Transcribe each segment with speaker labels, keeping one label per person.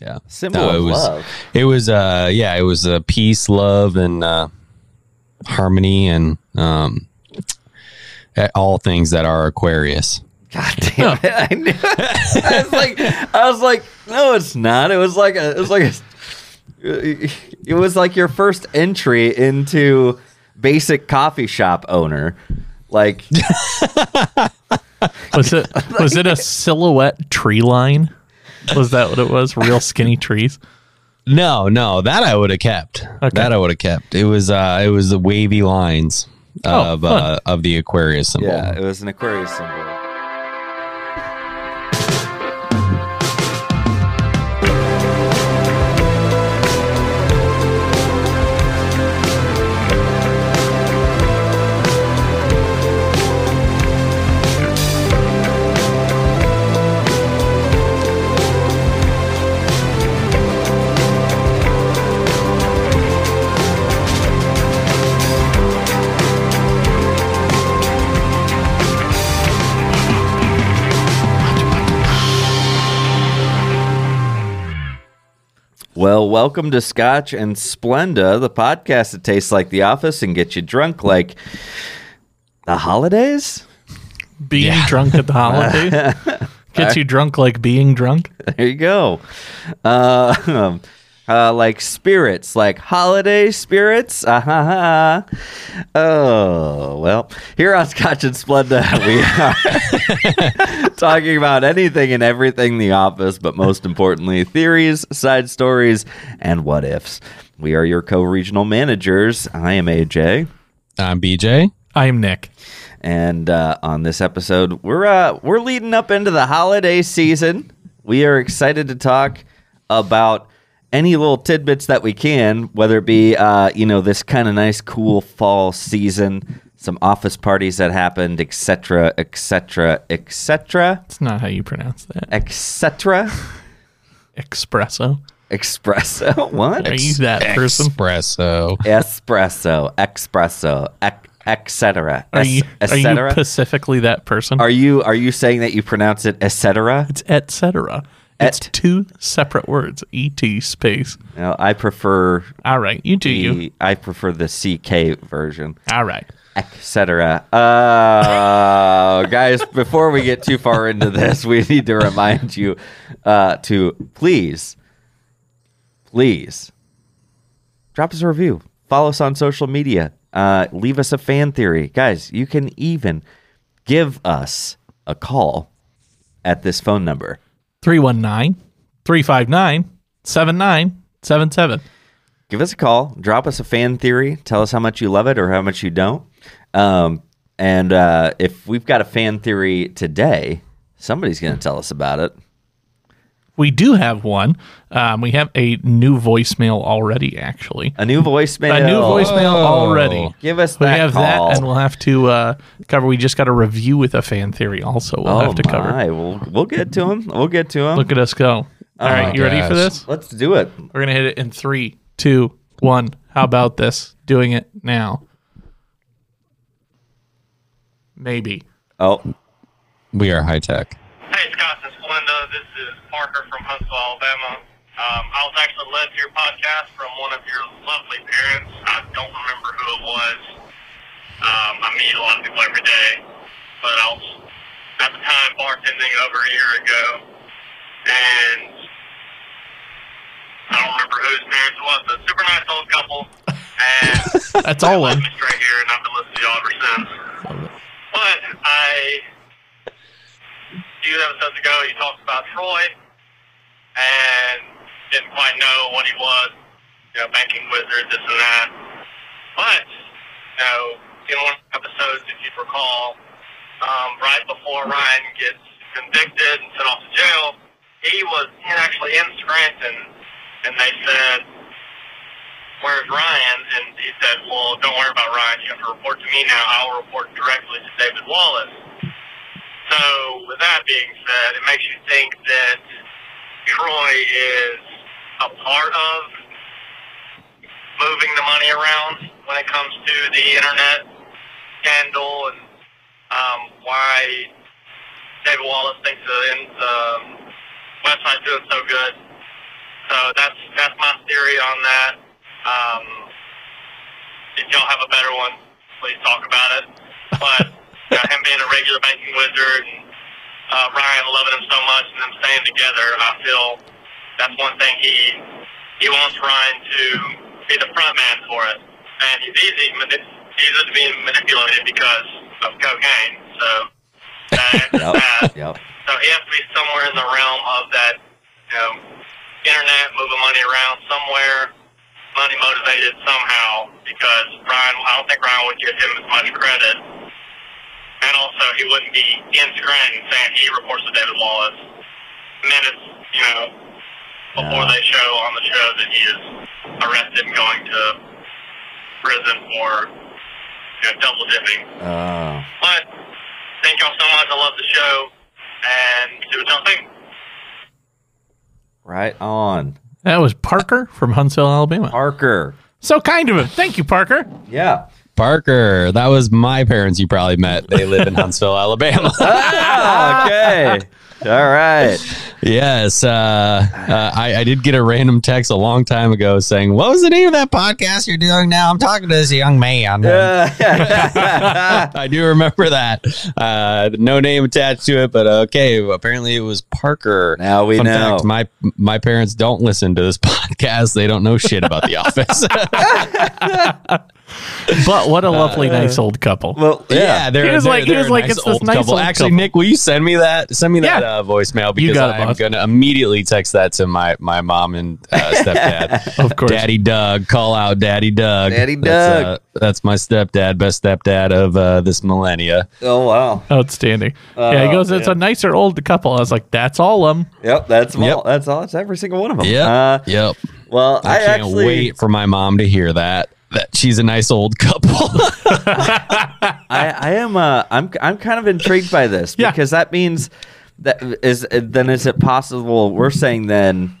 Speaker 1: Yeah.
Speaker 2: Symbol
Speaker 1: No,
Speaker 2: of
Speaker 1: it was,
Speaker 2: love.
Speaker 1: It was uh yeah, it was uh, peace, love and uh harmony and um eh, all things that are Aquarius.
Speaker 2: God damn it! I knew. It. I was like, I was like, no, it's not. It was like a, it was like a, it was like your first entry into basic coffee shop owner. Like,
Speaker 3: Was it was it a silhouette tree line? Was that what it was? Real skinny trees.
Speaker 1: No, no, that I would have kept.
Speaker 3: Okay.
Speaker 1: That I would have kept. It was uh it was the wavy lines
Speaker 3: Oh,
Speaker 1: of uh, of the Aquarius symbol.
Speaker 2: yeah, it was an Aquarius symbol. Well, welcome to Scotch and Splenda, the podcast that tastes like the office and gets you drunk like the holidays.
Speaker 3: Being drunk at the holiday gets you drunk like being drunk.
Speaker 2: There you go. Uh, um, uh, like spirits, like holiday spirits. Ah, ha, ha. Oh, well, here on Scotch and Splenda, we are talking about anything and everything The Office, but most importantly, theories, side stories, and what ifs. We are your co regional managers. I am AJ.
Speaker 1: I'm BJ.
Speaker 3: I am Nick.
Speaker 2: And uh, on this episode, we're uh, we're leading up into the holiday season. We are excited to talk about any little tidbits that we can, whether it be uh, you know this kind of nice, cool fall season, some office parties that happened, etc., etc., etc.,
Speaker 3: It's not how you pronounce that.
Speaker 2: etc.
Speaker 3: Espresso.
Speaker 2: Espresso. What?
Speaker 3: Are you that person?
Speaker 1: Espresso.
Speaker 2: Espresso. Espresso. ec- Etc.
Speaker 3: Are you are you
Speaker 2: etc.
Speaker 3: specifically that person?
Speaker 2: Are you are you saying that you pronounce it etc.?
Speaker 3: it's etc. It's
Speaker 2: Et.
Speaker 3: two separate words. E T space.
Speaker 2: No, I prefer
Speaker 3: All right, you do you.
Speaker 2: the I prefer the CK version,
Speaker 3: All right.
Speaker 2: etc. Uh, guys, before we get too far into this, we need to remind you uh, to please, please drop us a review. Follow us on social media. Uh, leave us a fan theory, guys. You can even give us a call at this phone number.
Speaker 3: 319 359 7977.
Speaker 2: give us a call, drop us a fan theory, tell us how much you love it or how much you don't. Um, and uh, if we've got a fan theory today, somebody's going to tell us about it.
Speaker 3: We do have one. Um, we have a new voicemail already, actually.
Speaker 2: A new voicemail.
Speaker 3: A new voicemail
Speaker 1: Oh.
Speaker 3: already.
Speaker 2: Give us
Speaker 3: We
Speaker 2: that
Speaker 3: have
Speaker 2: call.
Speaker 3: that, and we'll have to uh, cover. We just got a review with a fan theory, also. We'll
Speaker 2: Oh
Speaker 3: have to cover.
Speaker 2: my! We'll, we'll get to him. We'll get to him.
Speaker 3: Look at us go. All right,
Speaker 2: my
Speaker 3: you ready for
Speaker 1: gosh.
Speaker 3: this?
Speaker 2: Let's do it.
Speaker 3: We're going to hit it in three, two, one. How about this? Doing it now. Maybe.
Speaker 2: Oh,
Speaker 1: We are high tech.
Speaker 4: Hey, Scott and Splenda. This is Parker from Huntsville, Alabama. Um, I was actually led to your podcast from one of your lovely parents. I don't remember who it was. Um, I meet a lot of people every day, but I was at the time bartending over a year ago, and I don't remember whose parents it was, but super nice old couple. And
Speaker 3: That's all
Speaker 4: led
Speaker 3: one.
Speaker 4: me straight here, and I've been listening to y'all ever since. But I, a few episodes ago, you talked about Troy and didn't quite know what he was, you know, banking wizard, this and that. But, you know, in one of the episodes, if you recall, um, right before Ryan gets convicted and sent off to jail, he was actually in Scranton, and they said, where's Ryan? And he said, well, don't worry about Ryan. You have to report to me now. I'll report directly to David Wallace. So, with that being said, it makes you think that Troy is a part of moving the money around when it comes to the internet scandal and um, why um, David Wallace thinks the, the website's doing so good So that's that's my theory on that. Um, if y'all have a better one, please talk about it. But you know, him being a regular banking wizard and uh, Ryan loving him so much and them staying together, I feel that's one thing he he wants Ryan to be the front man for it. And he's easy, mani- easy to be manipulated because of cocaine. So uh, that, that
Speaker 2: Yep. Yep.
Speaker 4: so he has to be somewhere in the realm of that, you know, internet moving money around somewhere, money motivated somehow. Because Ryan, I don't think Ryan would give him as much credit, and also he wouldn't be in screen saying he reports to David Wallace minutes, you know, before
Speaker 2: Yeah.
Speaker 4: they show on the show that he is arrested and going to prison for you know, double dipping.
Speaker 2: Uh,
Speaker 4: But thank y'all so much. I love the show. And do what y'all think.
Speaker 2: right on.
Speaker 3: That was Parker from Huntsville, Alabama.
Speaker 2: Parker.
Speaker 3: So kind of him. Thank you, Parker.
Speaker 2: Yeah.
Speaker 1: Parker, that was my parents you probably met. They live in Huntsville, Alabama.
Speaker 2: Ah, okay. All right.
Speaker 1: Yes, uh, uh, I, I did get a random text a long time ago saying, "What was the name of that podcast you're doing now?" I'm talking to this young man.
Speaker 2: Yeah.
Speaker 1: I do remember that. Uh, no name attached to it, but uh, okay. Apparently, it was Parker.
Speaker 2: now we
Speaker 1: Fun
Speaker 2: know.
Speaker 1: fact: my my parents don't listen to this podcast. They don't know shit about The Office.
Speaker 3: But what a lovely, nice old couple.
Speaker 2: well,
Speaker 1: yeah,
Speaker 2: yeah.
Speaker 1: they're,
Speaker 3: He was
Speaker 1: they're-
Speaker 3: like- he
Speaker 1: they're
Speaker 3: was
Speaker 1: a
Speaker 3: like, it's this nice old
Speaker 1: Actually,
Speaker 3: couple.
Speaker 1: Nick, will you send me that? Send me that
Speaker 3: Yeah.
Speaker 1: uh, voicemail
Speaker 3: You
Speaker 1: because
Speaker 3: got it,
Speaker 1: I'm
Speaker 3: boss.
Speaker 1: going to immediately text that to my my mom and uh, stepdad.
Speaker 3: Of course.
Speaker 1: Daddy Doug, call out Daddy Doug.
Speaker 2: Daddy Doug.
Speaker 1: That's, uh, that's my stepdad, best stepdad of uh, this millennia.
Speaker 2: Oh wow.
Speaker 3: Outstanding. yeah, he
Speaker 2: Oh,
Speaker 3: goes, it's a nicer old couple. I was like, that's all of them.
Speaker 2: Yep. That's them
Speaker 1: Yep.
Speaker 2: all. That's all. That's every single one of them.
Speaker 1: Yep.
Speaker 2: Uh,
Speaker 1: Yep.
Speaker 2: well, I,
Speaker 1: I, can't
Speaker 2: actually
Speaker 1: wait for my mom to hear that. That she's a nice old couple.
Speaker 2: I, I am uh, I'm I'm kind of intrigued by this
Speaker 3: Yeah.
Speaker 2: because that means that is then is it possible we're saying then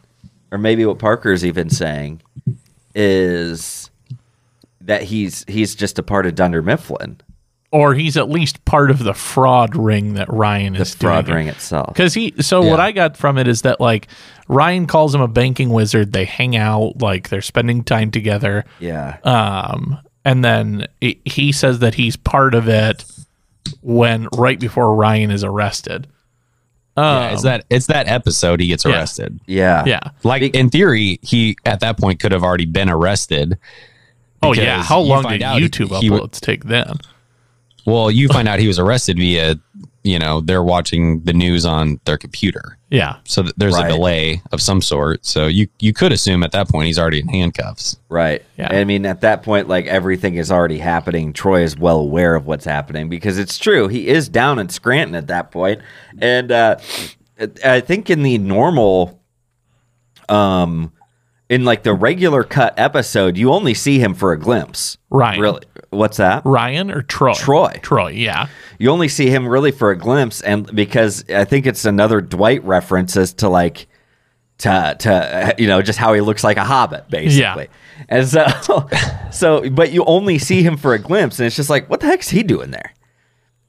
Speaker 2: or maybe what Parker's even saying is that he's he's just a part of Dunder Mifflin
Speaker 3: Or he's at least part of the fraud ring that Ryan is
Speaker 2: fraud
Speaker 3: doing.
Speaker 2: ring itself.
Speaker 3: Because he, so what
Speaker 1: Yeah.
Speaker 3: I got from it is that like Ryan calls him a banking wizard. They hang out, like they're spending time together.
Speaker 2: Yeah.
Speaker 3: Um, and then it, he says that he's part of it when right before Ryan is arrested.
Speaker 1: Yeah, it's that it's that episode he gets
Speaker 3: Um, Yeah.
Speaker 1: arrested.
Speaker 2: yeah.
Speaker 3: Yeah.
Speaker 1: Like in theory, he at that point could have already been arrested.
Speaker 3: Oh yeah.
Speaker 1: Because
Speaker 3: How
Speaker 1: you
Speaker 3: long
Speaker 1: find
Speaker 3: did
Speaker 1: out he-
Speaker 3: YouTube
Speaker 1: he w-
Speaker 3: uploads take then?
Speaker 1: Well, you find out he was arrested via, you know, they're watching the news on their computer.
Speaker 3: Yeah.
Speaker 1: So th- there's
Speaker 2: Right.
Speaker 1: a delay of some sort. So you you could assume at that point he's already in handcuffs.
Speaker 2: Right.
Speaker 3: Yeah.
Speaker 2: I mean, at that point, like everything is already happening. Troy is well aware of what's happening because it's true. He is down in Scranton at that point, and uh, I think in the normal, um, in like the regular cut episode, you only see him for a glimpse.
Speaker 3: Ryan.
Speaker 2: Really, what's that?
Speaker 3: Ryan or Troy?
Speaker 2: Troy.
Speaker 3: Troy. Yeah.
Speaker 2: you only see him really for a glimpse and because i think it's another dwight reference as to like to, to uh, you know just how he looks like a hobbit basically and so so but you only see him for a glimpse and it's just like what the heck's he doing there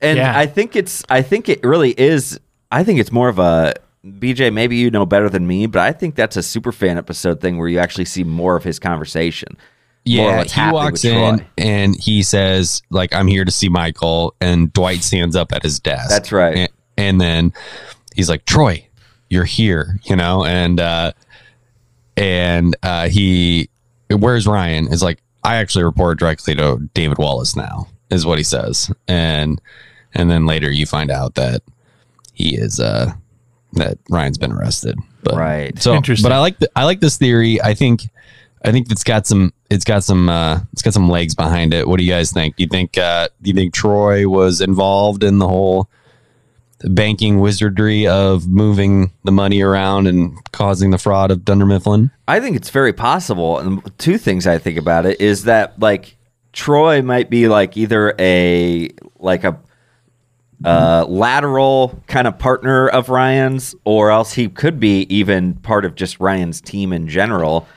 Speaker 2: and
Speaker 3: Yeah.
Speaker 2: i think it's i think it really is i think it's more of a bj maybe you know better than me but i think that's a super fan episode thing where you actually see more of his conversation more of
Speaker 1: Yeah,
Speaker 2: what's
Speaker 1: he
Speaker 2: happening
Speaker 1: walks
Speaker 2: with
Speaker 1: in
Speaker 2: Troy.
Speaker 1: and he says, "Like I'm here to see Michael." And Dwight stands up at his desk.
Speaker 2: That's right.
Speaker 1: And, and then he's like, "Troy, you're here," you know. And uh, and uh, he, where's Ryan? Is like, I actually report directly to David Wallace now, is what he says. And and then later you find out that he is uh that Ryan's been arrested. But
Speaker 2: Right.
Speaker 1: so
Speaker 3: Interesting.
Speaker 1: but I like the, I like this theory. I think I think it's got some it's got some uh it's got some legs behind it. What do you guys think? Do you think uh do you think Troy was involved in the whole banking wizardry of moving the money around and causing the fraud of Dunder Mifflin?
Speaker 2: I think it's very possible. And two things I think about it is that like Troy might be like either a like a uh, lateral kind of partner of Ryan's, or else he could be even part of just Ryan's team in general.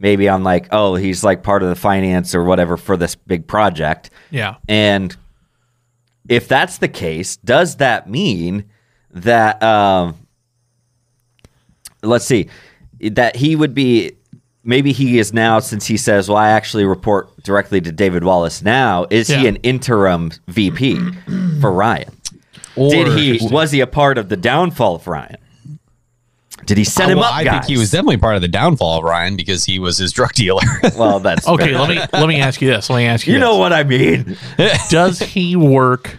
Speaker 2: Maybe on like, oh, he's like part of the finance or whatever for this big project.
Speaker 3: Yeah.
Speaker 2: And if that's the case, does that mean that um, let's see, that he would be maybe he is now since he says, "Well, I actually report directly to David Wallace now." Is he
Speaker 3: Yeah.
Speaker 2: an interim VP for Ryan?
Speaker 1: Or,
Speaker 2: Did he was he a part of the downfall of Ryan? Did he set
Speaker 1: I,
Speaker 2: him
Speaker 1: Uh, well,
Speaker 2: up?
Speaker 1: I
Speaker 2: guys?
Speaker 1: think he was definitely part of the downfall of Ryan because he was his drug dealer.
Speaker 2: Well, that's
Speaker 3: Okay,
Speaker 2: fair.
Speaker 3: let me let me ask you this. Let me ask you.
Speaker 2: You
Speaker 3: this.
Speaker 2: know what I mean?
Speaker 3: does he work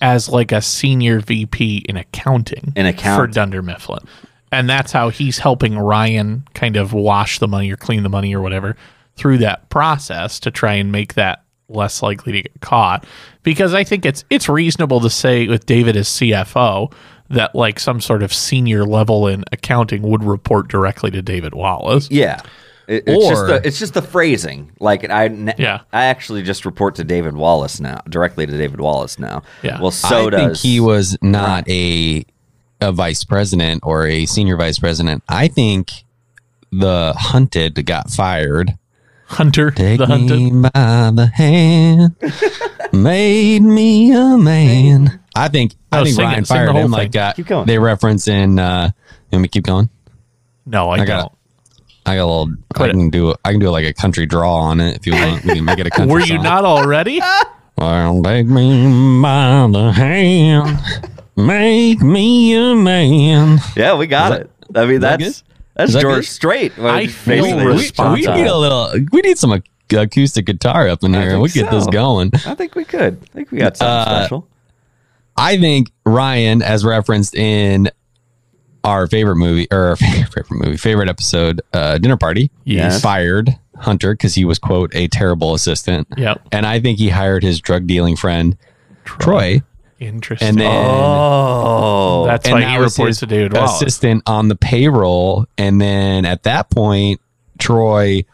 Speaker 3: as like a senior VP in accounting
Speaker 2: In
Speaker 3: for
Speaker 2: accounting.
Speaker 3: Dunder Mifflin? And that's how he's helping Ryan kind of wash the money or clean the money or whatever through that process to try and make that less likely to get caught. Because I think it's it's reasonable to say with David as CFO that like some sort of senior level in accounting would report directly to David Wallace.
Speaker 2: Yeah. It- it's, just
Speaker 1: Or-
Speaker 2: the, it's just the phrasing. Like I, n-
Speaker 3: Yeah.
Speaker 2: I actually just report to David Wallace now, directly to David Wallace now.
Speaker 3: Yeah.
Speaker 2: Well, so
Speaker 1: I
Speaker 2: does
Speaker 1: think he was not a a vice president or a senior vice president. I think the hunted got fired.
Speaker 3: Hunter
Speaker 1: Take
Speaker 3: the hunted.
Speaker 1: me by the hand, made me a man. I think I
Speaker 3: No,
Speaker 1: think
Speaker 3: sing it.
Speaker 1: Ryan
Speaker 3: Sing the
Speaker 1: fired
Speaker 3: whole
Speaker 1: him
Speaker 3: thing.
Speaker 1: like that.
Speaker 2: Keep going.
Speaker 1: They reference in. Uh, let me keep going.
Speaker 3: No, I,
Speaker 1: I got
Speaker 3: don't.
Speaker 1: it. I got a little.
Speaker 3: Quit
Speaker 1: I
Speaker 3: it.
Speaker 1: can do. I can do like a country draw on it if you want. We can make it a country.
Speaker 3: Were you
Speaker 1: song.
Speaker 3: not already?
Speaker 1: Well, take me by the hand, make me a man.
Speaker 2: Yeah, we got it. I mean,
Speaker 1: that
Speaker 2: that's that's
Speaker 1: Is that
Speaker 2: George
Speaker 1: good?
Speaker 2: Strait. Well,
Speaker 3: I
Speaker 2: he's
Speaker 3: feel
Speaker 1: We,
Speaker 2: basically
Speaker 1: we- we
Speaker 2: responsible.
Speaker 1: need a little. We need some ac- acoustic guitar up in
Speaker 2: I
Speaker 1: here.
Speaker 2: think
Speaker 1: We get this
Speaker 2: so.
Speaker 1: going.
Speaker 2: I think we could. I think we got something
Speaker 1: Uh,
Speaker 2: special.
Speaker 1: I think Ryan, as referenced in our favorite movie or our favorite movie, favorite episode, uh, dinner party,
Speaker 2: Yes.
Speaker 1: fired Hunter because he was quote a terrible assistant,
Speaker 3: Yep.
Speaker 1: and I think he hired his drug dealing friend Troy,
Speaker 3: Interesting.
Speaker 1: and then
Speaker 2: Oh,
Speaker 3: That's
Speaker 1: and
Speaker 3: why
Speaker 1: that
Speaker 3: he
Speaker 1: was his
Speaker 3: reports to David Wallace.
Speaker 1: assistant on the payroll, and then at that point, Troy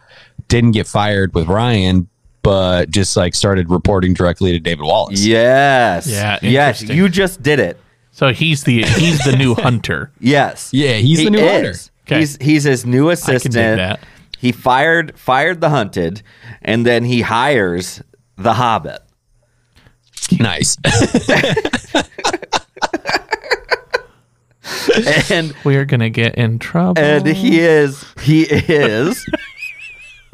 Speaker 1: didn't get fired with Ryan, but just like started reporting directly to David Wallace.
Speaker 2: yes.
Speaker 3: Yeah,
Speaker 2: Yes.
Speaker 3: interesting.
Speaker 2: You just did it.
Speaker 3: so he's the he's the new hunter.
Speaker 2: Yes.
Speaker 1: Yeah, he's
Speaker 2: he
Speaker 1: the new
Speaker 2: is.
Speaker 1: owner.
Speaker 3: Okay.
Speaker 2: He's he's his new
Speaker 3: dig
Speaker 2: assistant.
Speaker 3: that.
Speaker 2: He fired fired the hunted, and then he hires the Hobbit.
Speaker 1: Nice.
Speaker 2: and
Speaker 3: We're gonna get in trouble.
Speaker 2: and he is he is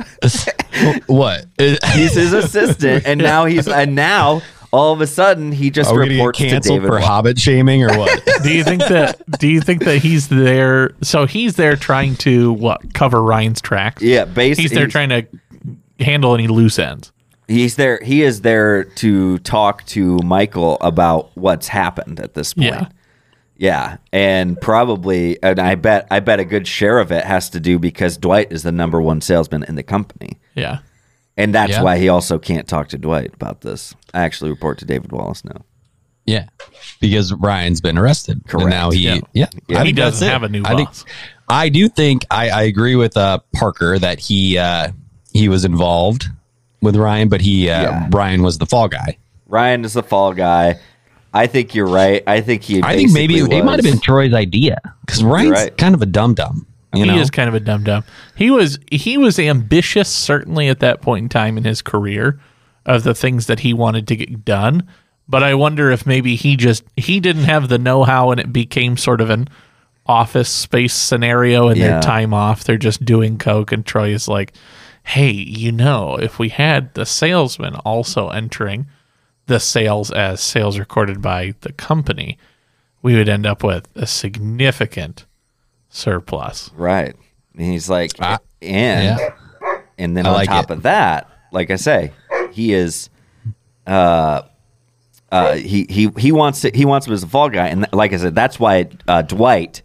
Speaker 1: what?
Speaker 2: he's his assistant, and now he's and now all of a sudden he just
Speaker 1: Are we going
Speaker 2: reports
Speaker 1: to get
Speaker 2: to
Speaker 1: canceled
Speaker 2: David.
Speaker 1: for
Speaker 2: Wallace.
Speaker 1: Hobbit shaming or what?
Speaker 3: do you think that do you think that he's there so he's there trying to what cover Ryan's tracks?
Speaker 2: yeah, basically
Speaker 3: He's there trying to handle any loose ends.
Speaker 2: He's there. He is there to talk to Michael about what's happened at this point.
Speaker 3: Yeah.
Speaker 2: Yeah, and probably, and I bet, I bet a good share of it has to do because Dwight is the number one salesman in the company,
Speaker 3: Yeah.
Speaker 2: and that's
Speaker 1: Yeah.
Speaker 2: why he also can't talk to Dwight about this. I actually report to David Wallace now.
Speaker 1: yeah, because Ryan's been arrested.
Speaker 2: Correct.
Speaker 1: And now he,
Speaker 3: Yeah.
Speaker 1: yeah,
Speaker 2: He
Speaker 1: think
Speaker 3: doesn't
Speaker 1: that's it.
Speaker 3: have a new
Speaker 1: I think-
Speaker 3: boss.
Speaker 1: I do think I, I agree with uh, Parker that he uh, he was involved with Ryan, but he uh,
Speaker 2: Yeah.
Speaker 1: Ryan was the fall guy.
Speaker 2: Ryan is the fall guy. I think you're right. I think he.
Speaker 1: I think maybe
Speaker 2: basically
Speaker 1: it might have
Speaker 2: was-
Speaker 1: been Troy's idea because Ryan's
Speaker 2: right.
Speaker 1: kind of a dum dum. You
Speaker 3: he
Speaker 1: know,
Speaker 3: is kind of a dum dum. He was he was ambitious certainly at that point in time in his career of the things that he wanted to get done. But I wonder if maybe he just he didn't have the know how and it became sort of an office space scenario and
Speaker 2: Yeah.
Speaker 3: their time off. They're just doing coke and Troy is like, Hey, you know, if we had the salesman also entering the sales as sales recorded by the company, we would end up with a significant surplus.
Speaker 2: right. And he's like,
Speaker 1: Ah.
Speaker 2: and
Speaker 1: yeah,
Speaker 2: and then
Speaker 1: I
Speaker 2: on
Speaker 1: like
Speaker 2: top
Speaker 1: it.
Speaker 2: of that, like I say, he is. Uh, uh, he he he wants to, he wants him as a fall guy, and like I said, that's why uh, Dwight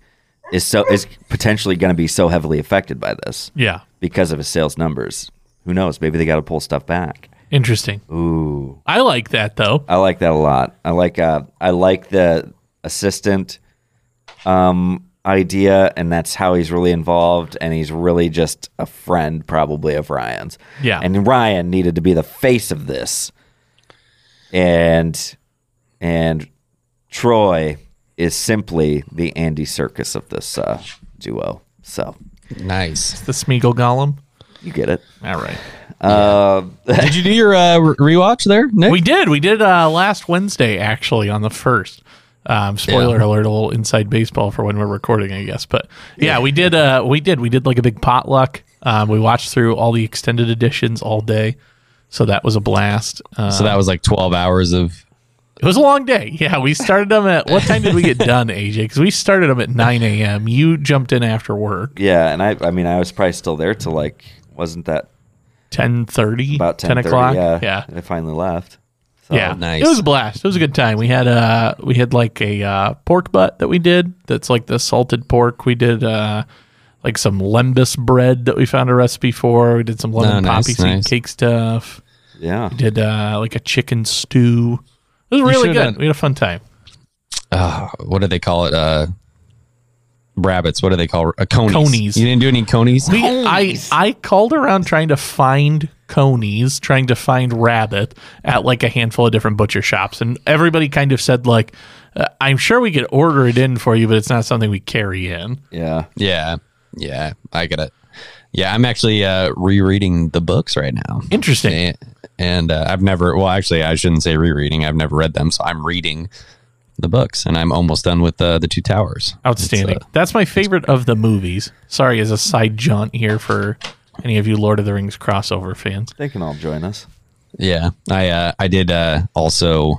Speaker 2: is so is potentially going to be so heavily affected by this
Speaker 3: Yeah.
Speaker 2: because of his sales numbers. Who knows? Maybe they got to pull stuff back.
Speaker 3: Interesting.
Speaker 2: Ooh,
Speaker 3: I like that though.
Speaker 2: I like that a lot. I like uh, I like the assistant um, idea, and that's how he's really involved, and he's really just a friend, probably of Ryan's.
Speaker 3: Yeah.
Speaker 2: and Ryan needed to be the face of this, and and Troy is simply the Andy Circus of this uh, duo. So
Speaker 1: nice.
Speaker 3: The Smeagol Golem.
Speaker 2: you get it.
Speaker 3: All right.
Speaker 2: Uh,
Speaker 1: Did you do your uh, re- rewatch there, Nick?
Speaker 3: We did. We did uh, last Wednesday actually on the first. Um, spoiler
Speaker 1: Yeah.
Speaker 3: alert! A little inside baseball for when we're recording, I guess. But yeah, we did. Uh, we did. We did like a big potluck. Um, we watched through all the extended editions all day, so that was a blast. Um,
Speaker 1: So that was like 12 hours of.
Speaker 3: it was a long day. Yeah, we started them at what time did we get done, AJ? Because we started them at nine a.m. You jumped in after work,
Speaker 2: Yeah, and I I mean I was probably still there till like wasn't that
Speaker 3: ten thirty,
Speaker 2: about ten,
Speaker 3: ten o'clock.
Speaker 2: Yeah,
Speaker 3: yeah,
Speaker 2: I finally left. So,
Speaker 3: Yeah,
Speaker 1: Oh, Nice.
Speaker 3: It was a blast. It was a good time. We had uh we had like a uh, pork butt that we did. That's like the salted pork. We did uh like some lembus bread that we found a recipe for. We did some lemon
Speaker 1: Oh, nice,
Speaker 3: poppy seed
Speaker 1: nice.
Speaker 3: cake stuff.
Speaker 2: yeah.
Speaker 3: We did uh like a chicken stew. It was really
Speaker 1: should
Speaker 3: good.
Speaker 1: have done-
Speaker 3: We had a fun time.
Speaker 1: Uh, what do they call it? Uh, rabbits. What do they call uh, conies?
Speaker 3: Conies.
Speaker 1: You didn't do any conies.
Speaker 3: We, I I called around trying to find conies, trying to find rabbit at like a handful of different butcher shops, and everybody kind of said like, uh, "I'm sure we could order it in for you, but it's not something we carry in."
Speaker 2: Yeah.
Speaker 1: Yeah, yeah, I get it. Yeah, I'm actually uh, rereading the books right now.
Speaker 3: Interesting.
Speaker 1: And, and, uh, I've never. Well, actually, I shouldn't say rereading. I've never read them, so I'm reading the books, and I'm almost done with uh, the Two Towers.
Speaker 3: Outstanding.
Speaker 1: It's, uh,
Speaker 3: That's my favorite of the movies. Sorry, as a side jaunt here for any of you Lord of the Rings crossover fans.
Speaker 2: They can all join us.
Speaker 1: yeah, I uh, I did uh, also.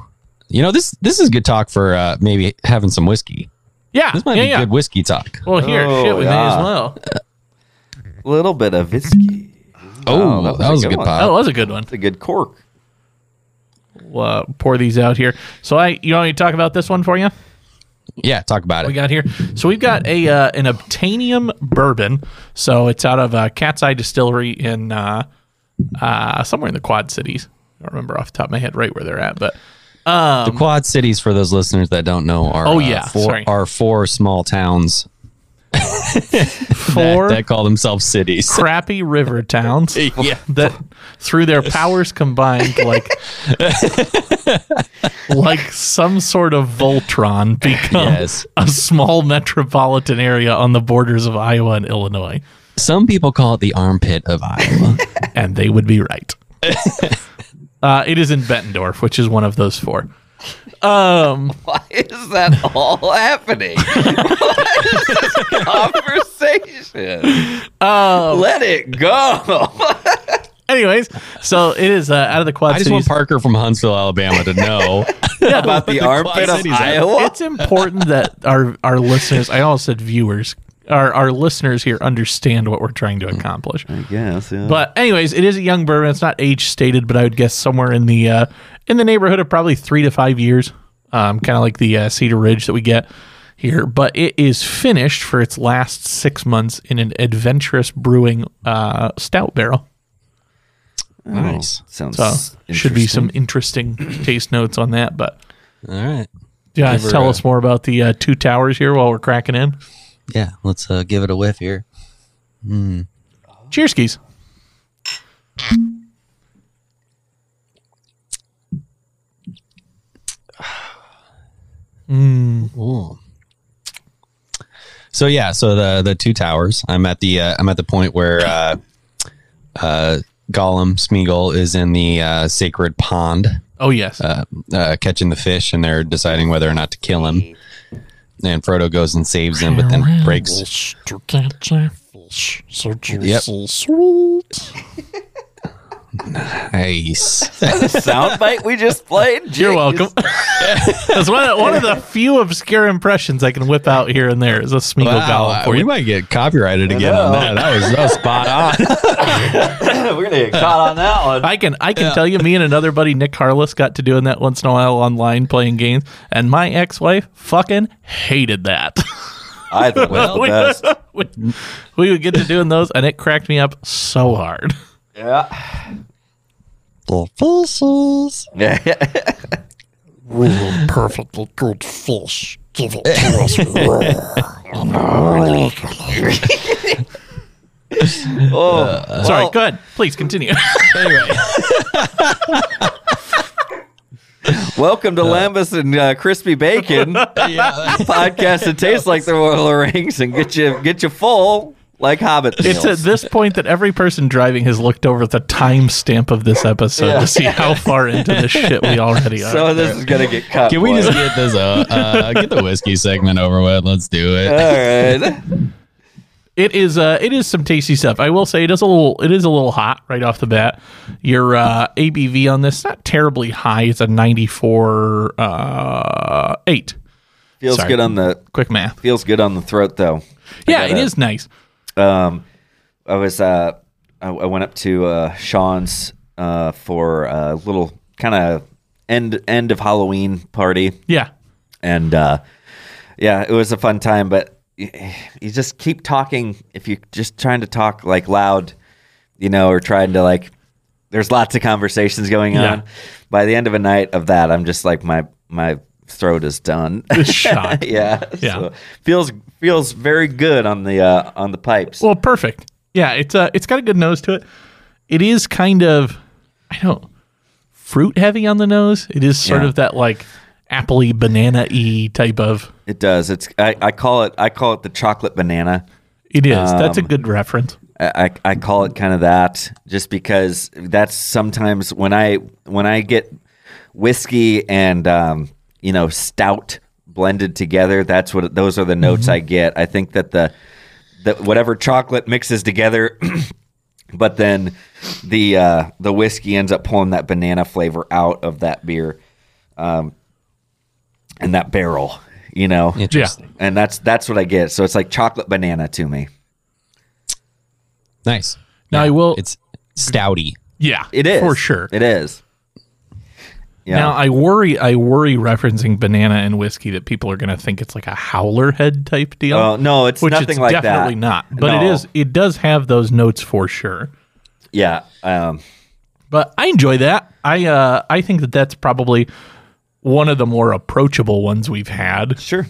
Speaker 1: You know this this is good talk for uh, maybe having some whiskey.
Speaker 3: Yeah,
Speaker 1: This might
Speaker 3: yeah,
Speaker 1: be
Speaker 3: yeah.
Speaker 1: good whiskey talk.
Speaker 3: Well, here,
Speaker 2: Oh,
Speaker 3: shit, we may as
Speaker 2: yeah.
Speaker 3: well.
Speaker 2: Little bit of whiskey.
Speaker 1: Oh, that was, a good,
Speaker 2: one.
Speaker 1: pop.
Speaker 3: That was a good one.
Speaker 2: It's a good cork.
Speaker 3: We'll uh, pour these out here. So, I, you want me to talk about this one for you?
Speaker 1: Yeah, talk about
Speaker 3: we
Speaker 1: it.
Speaker 3: got here. So we've got a uh, an obtainium bourbon. So it's out of uh, Cat's Eye Distillery in uh, uh, somewhere in the Quad Cities. I don't remember off the top of my head right where they're at, but
Speaker 1: The Mm-hmm. Quad Cities, for those listeners that don't know, are
Speaker 3: Oh,
Speaker 1: uh,
Speaker 3: yeah,
Speaker 1: four,
Speaker 3: sorry.
Speaker 1: are four small towns
Speaker 3: four
Speaker 1: that call themselves cities.
Speaker 3: crappy river towns
Speaker 1: yeah.
Speaker 3: that through their powers combined like like some sort of Voltron become
Speaker 1: Yes.
Speaker 3: a small metropolitan area on the borders of Iowa and Illinois.
Speaker 1: Some people call it the armpit of Iowa.
Speaker 3: and they would be right. uh, it is in Bettendorf, which is one of those four. Um,
Speaker 2: Why is that all happening? what is this conversation? Let it go.
Speaker 3: anyways, so it is uh, out of the Quad
Speaker 1: I just want
Speaker 3: Cities.
Speaker 1: Parker from Huntsville, Alabama to know.
Speaker 2: About the,
Speaker 1: the
Speaker 2: armpit
Speaker 1: Quad
Speaker 2: of
Speaker 1: Cities are-
Speaker 2: Iowa.
Speaker 3: it's important that our our listeners, I almost said viewers, our our listeners here understand what we're trying to accomplish.
Speaker 2: Yes. Yeah.
Speaker 3: But anyways, it is a young bourbon. It's not age stated, but I would guess somewhere in the uh, in the neighborhood of probably three to five years. Um, kind of like the uh, Cedar Ridge that we get here. But it is finished for its last six months in an adventurous brewing uh, stout barrel.
Speaker 1: nice.
Speaker 2: Oh, sounds
Speaker 3: So should be
Speaker 2: interesting.
Speaker 3: some interesting taste notes on that. But
Speaker 1: All right.
Speaker 3: yeah,
Speaker 1: Never,
Speaker 3: tell
Speaker 1: uh,
Speaker 3: us more about the uh, two towers here while we're cracking in.
Speaker 1: Yeah, let's uh, give it a whiff here.
Speaker 3: Cheers, skis.
Speaker 1: Ooh. So yeah, so the the two towers. I'm at the uh, I'm at the point where uh, uh, Gollum Smeagol is in the uh, sacred pond.
Speaker 3: Oh yes.
Speaker 1: uh, uh, catching the fish and they're deciding whether or not to kill him. And Frodo goes and saves him, but then breaks.
Speaker 5: to catch a fish, so
Speaker 1: Yep.
Speaker 5: juicy sweet.
Speaker 1: Nice.
Speaker 2: soundbite we just played.
Speaker 3: You're
Speaker 2: Jeez.
Speaker 3: welcome. That's one of, one of the few obscure impressions I can whip out here and there is a Smeagol Gollum for
Speaker 1: we
Speaker 3: you.
Speaker 1: might get copyrighted again on that.
Speaker 2: know.
Speaker 1: That was, that was spot on.
Speaker 2: We're gonna get caught on that one.
Speaker 3: I can I can tell you, me and another buddy, Nick Harless, got to doing that once in a while online playing games, and my ex-wife fucking hated that.
Speaker 2: I thought it was the
Speaker 3: we,
Speaker 2: best.
Speaker 3: we- we would get to doing those, and it cracked me up so hard.
Speaker 2: Yeah.
Speaker 1: Little fossils.
Speaker 2: Yeah.
Speaker 5: Really perfectly good fish. Give it to us raw. I'm regular.
Speaker 2: Oh,
Speaker 3: Uh, Sorry,
Speaker 2: well,
Speaker 3: go ahead, please continue.
Speaker 2: Welcome to Lambus and uh, Crispy Bacon podcast that tastes like the Royal Rings and get you get you full like Hobbit.
Speaker 3: It's at
Speaker 2: meals.
Speaker 3: this point that every person driving has looked over the timestamp of this episode to see how far into this shit we already are.
Speaker 2: so this is gonna get cut.
Speaker 1: Can we
Speaker 2: boys.
Speaker 1: just get this uh, uh get the whiskey segment over with? Let's do it.
Speaker 2: All right.
Speaker 3: it is uh it is some tasty stuff. I will say it is a little it is a little hot right off the bat. Your uh ABV on this not terribly high. It's a 94 uh 8.
Speaker 2: Feels
Speaker 3: Sorry.
Speaker 2: good on the
Speaker 3: Quick math.
Speaker 2: feels good on the throat though.
Speaker 3: Yeah, it
Speaker 2: gotta-
Speaker 3: is nice.
Speaker 2: Um, I was uh, I, I went up to uh, Sean's uh, for a little kind of end end of Halloween party,
Speaker 3: Yeah.
Speaker 2: and uh, yeah, it was a fun time. But y- you just keep talking if you're just trying to talk like loud, you know, or trying to like. There's lots of conversations going
Speaker 3: Yeah.
Speaker 2: on. By the end of a night of that, I'm just like my my throat is done.
Speaker 3: It's shot.
Speaker 2: yeah,
Speaker 3: Yeah.
Speaker 2: feels feels very good on the uh, on the pipes.
Speaker 3: Well, perfect. Yeah, it's uh it's got a good nose to it. It is kind of I don't fruit heavy on the nose. It is sort
Speaker 2: Yeah.
Speaker 3: of that like appley banana y type of
Speaker 2: It does. It's I, I call it I call it the chocolate banana.
Speaker 3: it is. That's a
Speaker 2: Um,
Speaker 3: good reference.
Speaker 2: I, I I call it kind of that just because that's sometimes when I when I get whiskey and um, you know stout blended together. That's what those are the notes I get. I think that the that whatever chocolate mixes together. But then, the uh, the whiskey ends up pulling that banana flavor out of that beer, um, and that barrel, you know.
Speaker 1: Interesting.
Speaker 2: and that's that's what I get. So it's like chocolate banana to me.
Speaker 1: Nice.
Speaker 3: Now I will
Speaker 1: It's stouty.
Speaker 3: yeah.
Speaker 2: It is
Speaker 3: For sure.
Speaker 2: It is. Yeah.
Speaker 3: Now I worry I worry referencing banana and whiskey that people are gonna think it's like a howler head type deal.
Speaker 2: oh no, it's
Speaker 3: which
Speaker 2: nothing
Speaker 3: it's
Speaker 2: like
Speaker 3: definitely
Speaker 2: that.
Speaker 3: not. But
Speaker 2: No.
Speaker 3: it is it does have those notes for sure.
Speaker 2: Yeah. Um,
Speaker 3: But I enjoy that. I uh I think that that's probably one of the more approachable ones we've had.
Speaker 2: sure.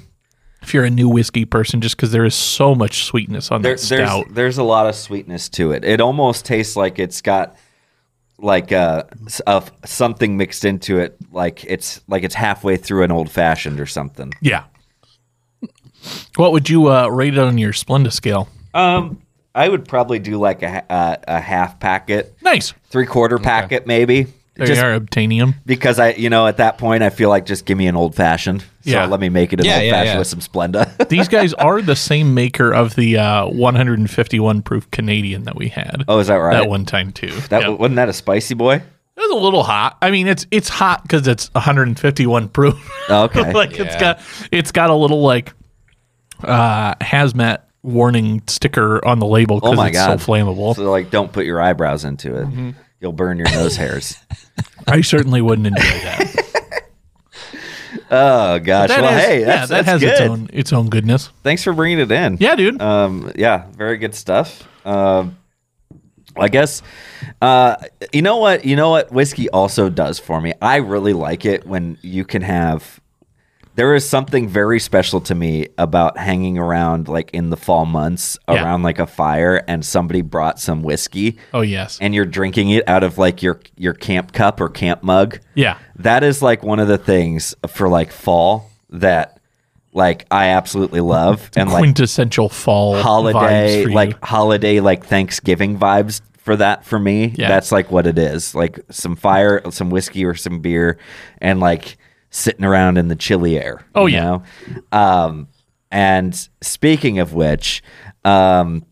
Speaker 3: If you're a new whiskey person, just because there is so much sweetness on
Speaker 2: There,
Speaker 3: that
Speaker 2: there's
Speaker 3: stout.
Speaker 2: there's a lot of sweetness to it. It almost tastes like it's got like uh, s- of something mixed into it. Like it's like it's halfway through an old fashioned or something.
Speaker 3: Yeah. What would you uh, rate it on your Splenda scale?
Speaker 2: Um, I would probably do like a ha- uh, a half packet,
Speaker 3: Nice.
Speaker 2: three quarter packet maybe.
Speaker 3: There
Speaker 2: Just
Speaker 3: you are, Obtanium.
Speaker 2: because I, you know, at that point, I feel like just give me an old fashioned. So
Speaker 3: Yeah.
Speaker 2: let me make it an
Speaker 1: Yeah,
Speaker 2: old
Speaker 1: yeah,
Speaker 2: fashioned
Speaker 1: yeah.
Speaker 2: with some Splenda.
Speaker 3: These guys are the same maker of the uh, 151 proof Canadian that we had.
Speaker 2: oh, is that right?
Speaker 3: That one time too.
Speaker 2: That
Speaker 3: Yeah.
Speaker 2: wasn't that a spicy boy?
Speaker 3: It was a little hot. I mean, it's it's hot because it's 151 proof.
Speaker 2: Oh, okay.
Speaker 3: like it's got it's got a little like uh, hazmat warning sticker on the label
Speaker 2: Oh
Speaker 3: because
Speaker 2: my
Speaker 3: it's
Speaker 2: god,
Speaker 3: so flammable. Mm-hmm.
Speaker 2: So like, don't put your eyebrows into it. You'll burn your nose hairs.
Speaker 3: I certainly wouldn't enjoy that.
Speaker 2: Oh gosh.
Speaker 3: That
Speaker 2: well,
Speaker 3: has-
Speaker 2: hey, that's,
Speaker 3: yeah, that
Speaker 2: that's
Speaker 3: has
Speaker 2: good.
Speaker 3: its own its own goodness.
Speaker 2: Thanks for bringing it in.
Speaker 3: Yeah, dude.
Speaker 2: Um, yeah, very good stuff. Um, I guess uh, you know what you know what whiskey also does for me. I really like it when you can have. There is something very special to me about hanging around like in the fall months
Speaker 3: Yeah.
Speaker 2: around like a fire and somebody brought some whiskey
Speaker 3: oh yes.
Speaker 2: and you're drinking it out of like your your camp cup or camp mug.
Speaker 3: yeah.
Speaker 2: That is like one of the things for like fall that like I absolutely love and like
Speaker 3: Quintessential fall vibes
Speaker 2: holiday
Speaker 3: for you.
Speaker 2: like holiday like Thanksgiving vibes for that for me.
Speaker 3: Yeah.
Speaker 2: That's like what it is. Like some fire, some whiskey or some beer and like sitting around in the chilly air.
Speaker 3: Oh,
Speaker 2: you
Speaker 3: yeah.
Speaker 2: know? Um and speaking of which, um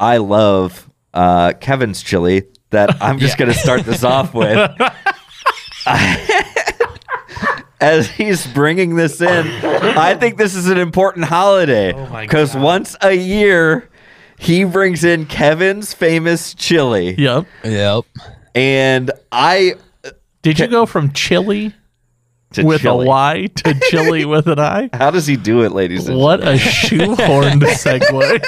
Speaker 2: I love uh Kevin's chili that I'm just going to start this off with. as he's bringing this in. I think this is an important holiday
Speaker 3: Oh
Speaker 2: because once a year he brings in Kevin's famous chili,
Speaker 3: Yep.
Speaker 1: Yep.
Speaker 2: and I
Speaker 3: Did you go from chili
Speaker 2: to
Speaker 3: with
Speaker 2: chili.
Speaker 3: a Y to chili with an I?
Speaker 2: How does he do it, ladies? and
Speaker 3: What a shoehorned segue.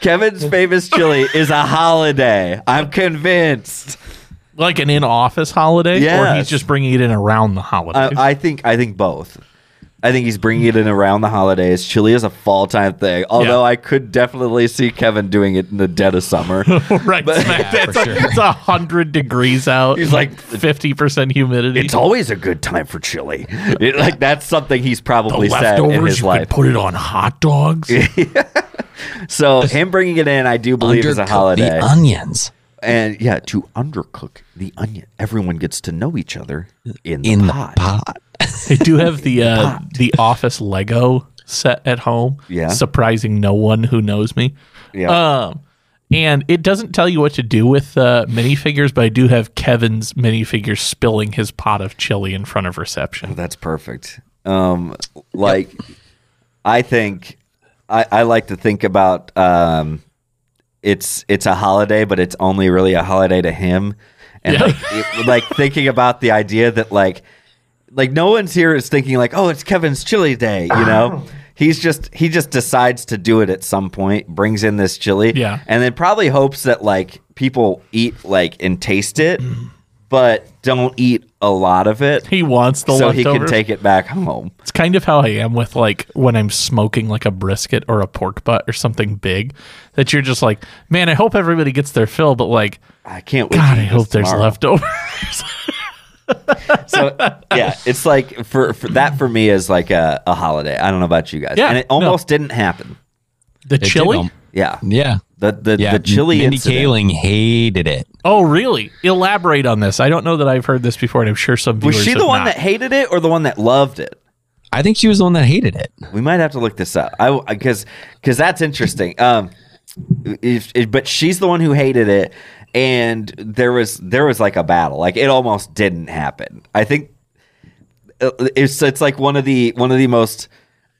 Speaker 2: Kevin's famous chili is a holiday. I'm convinced.
Speaker 3: Like an in office holiday? Or
Speaker 2: Yes.
Speaker 3: he's just bringing it in around the
Speaker 2: I,
Speaker 3: holidays?
Speaker 2: I think. I think both. I think he's bringing it in around the holidays. Chili is a fall time thing, although
Speaker 3: Yeah.
Speaker 2: I could definitely see Kevin doing it in the dead of summer.
Speaker 3: right smack
Speaker 1: Yeah,
Speaker 3: it's,
Speaker 1: for
Speaker 3: like,
Speaker 1: sure.
Speaker 3: it's a hundred degrees out
Speaker 2: He's like-
Speaker 3: 50 percent humidity
Speaker 2: It's always a good time for chili. It- like that's something he's probably said in
Speaker 3: leftovers
Speaker 2: his
Speaker 3: you
Speaker 2: life.
Speaker 3: could put it on hot dogs
Speaker 2: So him bringing it in, I do believe, is a
Speaker 1: Undercook
Speaker 2: holiday.
Speaker 1: The onions
Speaker 2: and yeah, to undercook the onion, everyone gets to know each other in the
Speaker 1: in
Speaker 2: pot.
Speaker 1: the pot.
Speaker 3: They do have the uh, the office Lego set at home.
Speaker 2: Yeah.
Speaker 3: surprising no one who knows me.
Speaker 2: Yeah.
Speaker 3: Um, and it doesn't tell you what to do with uh, minifigures, but I do have Kevin's minifigure spilling his pot of chili in front of reception.
Speaker 2: That's perfect. Um, like, I think I, I like to think about um, it's it's a holiday, but it's only really a holiday to him, and
Speaker 3: Yeah.
Speaker 2: like, it- like thinking about the idea that like like no one's here is thinking like oh it's Kevin's chili day, you know. He's just he just decides to do it at some point, brings in this chili,
Speaker 3: Yeah.
Speaker 2: and then probably hopes that like people eat like and taste it, but don't eat a lot of it
Speaker 3: He wants the
Speaker 2: so he can
Speaker 3: leftovers.
Speaker 2: take it back home.
Speaker 3: It's kind of how I am with like when I'm smoking like a brisket or a pork butt or something big, that you're just like, man, I hope everybody gets their fill, but like,
Speaker 2: I can't wait.
Speaker 3: God,
Speaker 2: to
Speaker 3: I
Speaker 2: eat
Speaker 3: hope
Speaker 2: this
Speaker 3: there's
Speaker 2: tomorrow.
Speaker 3: leftovers.
Speaker 2: So yeah, it's like for, for that for me is like a, a holiday. I don't know about you guys.
Speaker 3: Yeah,
Speaker 2: and it
Speaker 3: no.
Speaker 2: almost didn't happen.
Speaker 3: the
Speaker 1: It did
Speaker 3: chili?
Speaker 1: them.
Speaker 2: Yeah,
Speaker 1: Yeah.
Speaker 2: the the,
Speaker 1: Yeah.
Speaker 2: the chili
Speaker 1: Mindy
Speaker 2: incident.
Speaker 1: Kaling hated it.
Speaker 3: Oh, really? Elaborate on this. I don't know that I've heard this before, and I'm sure some viewers
Speaker 2: Was she
Speaker 3: have
Speaker 2: the one
Speaker 3: not.
Speaker 2: that hated it or the one that loved it?
Speaker 1: I think she was the one that hated it.
Speaker 2: We might have to look this up. I because because that's interesting. Um, if, if- but she's the one who hated it, and there was there was like a battle. Like it almost didn't happen. I think uh, it's it's like one of the one of the most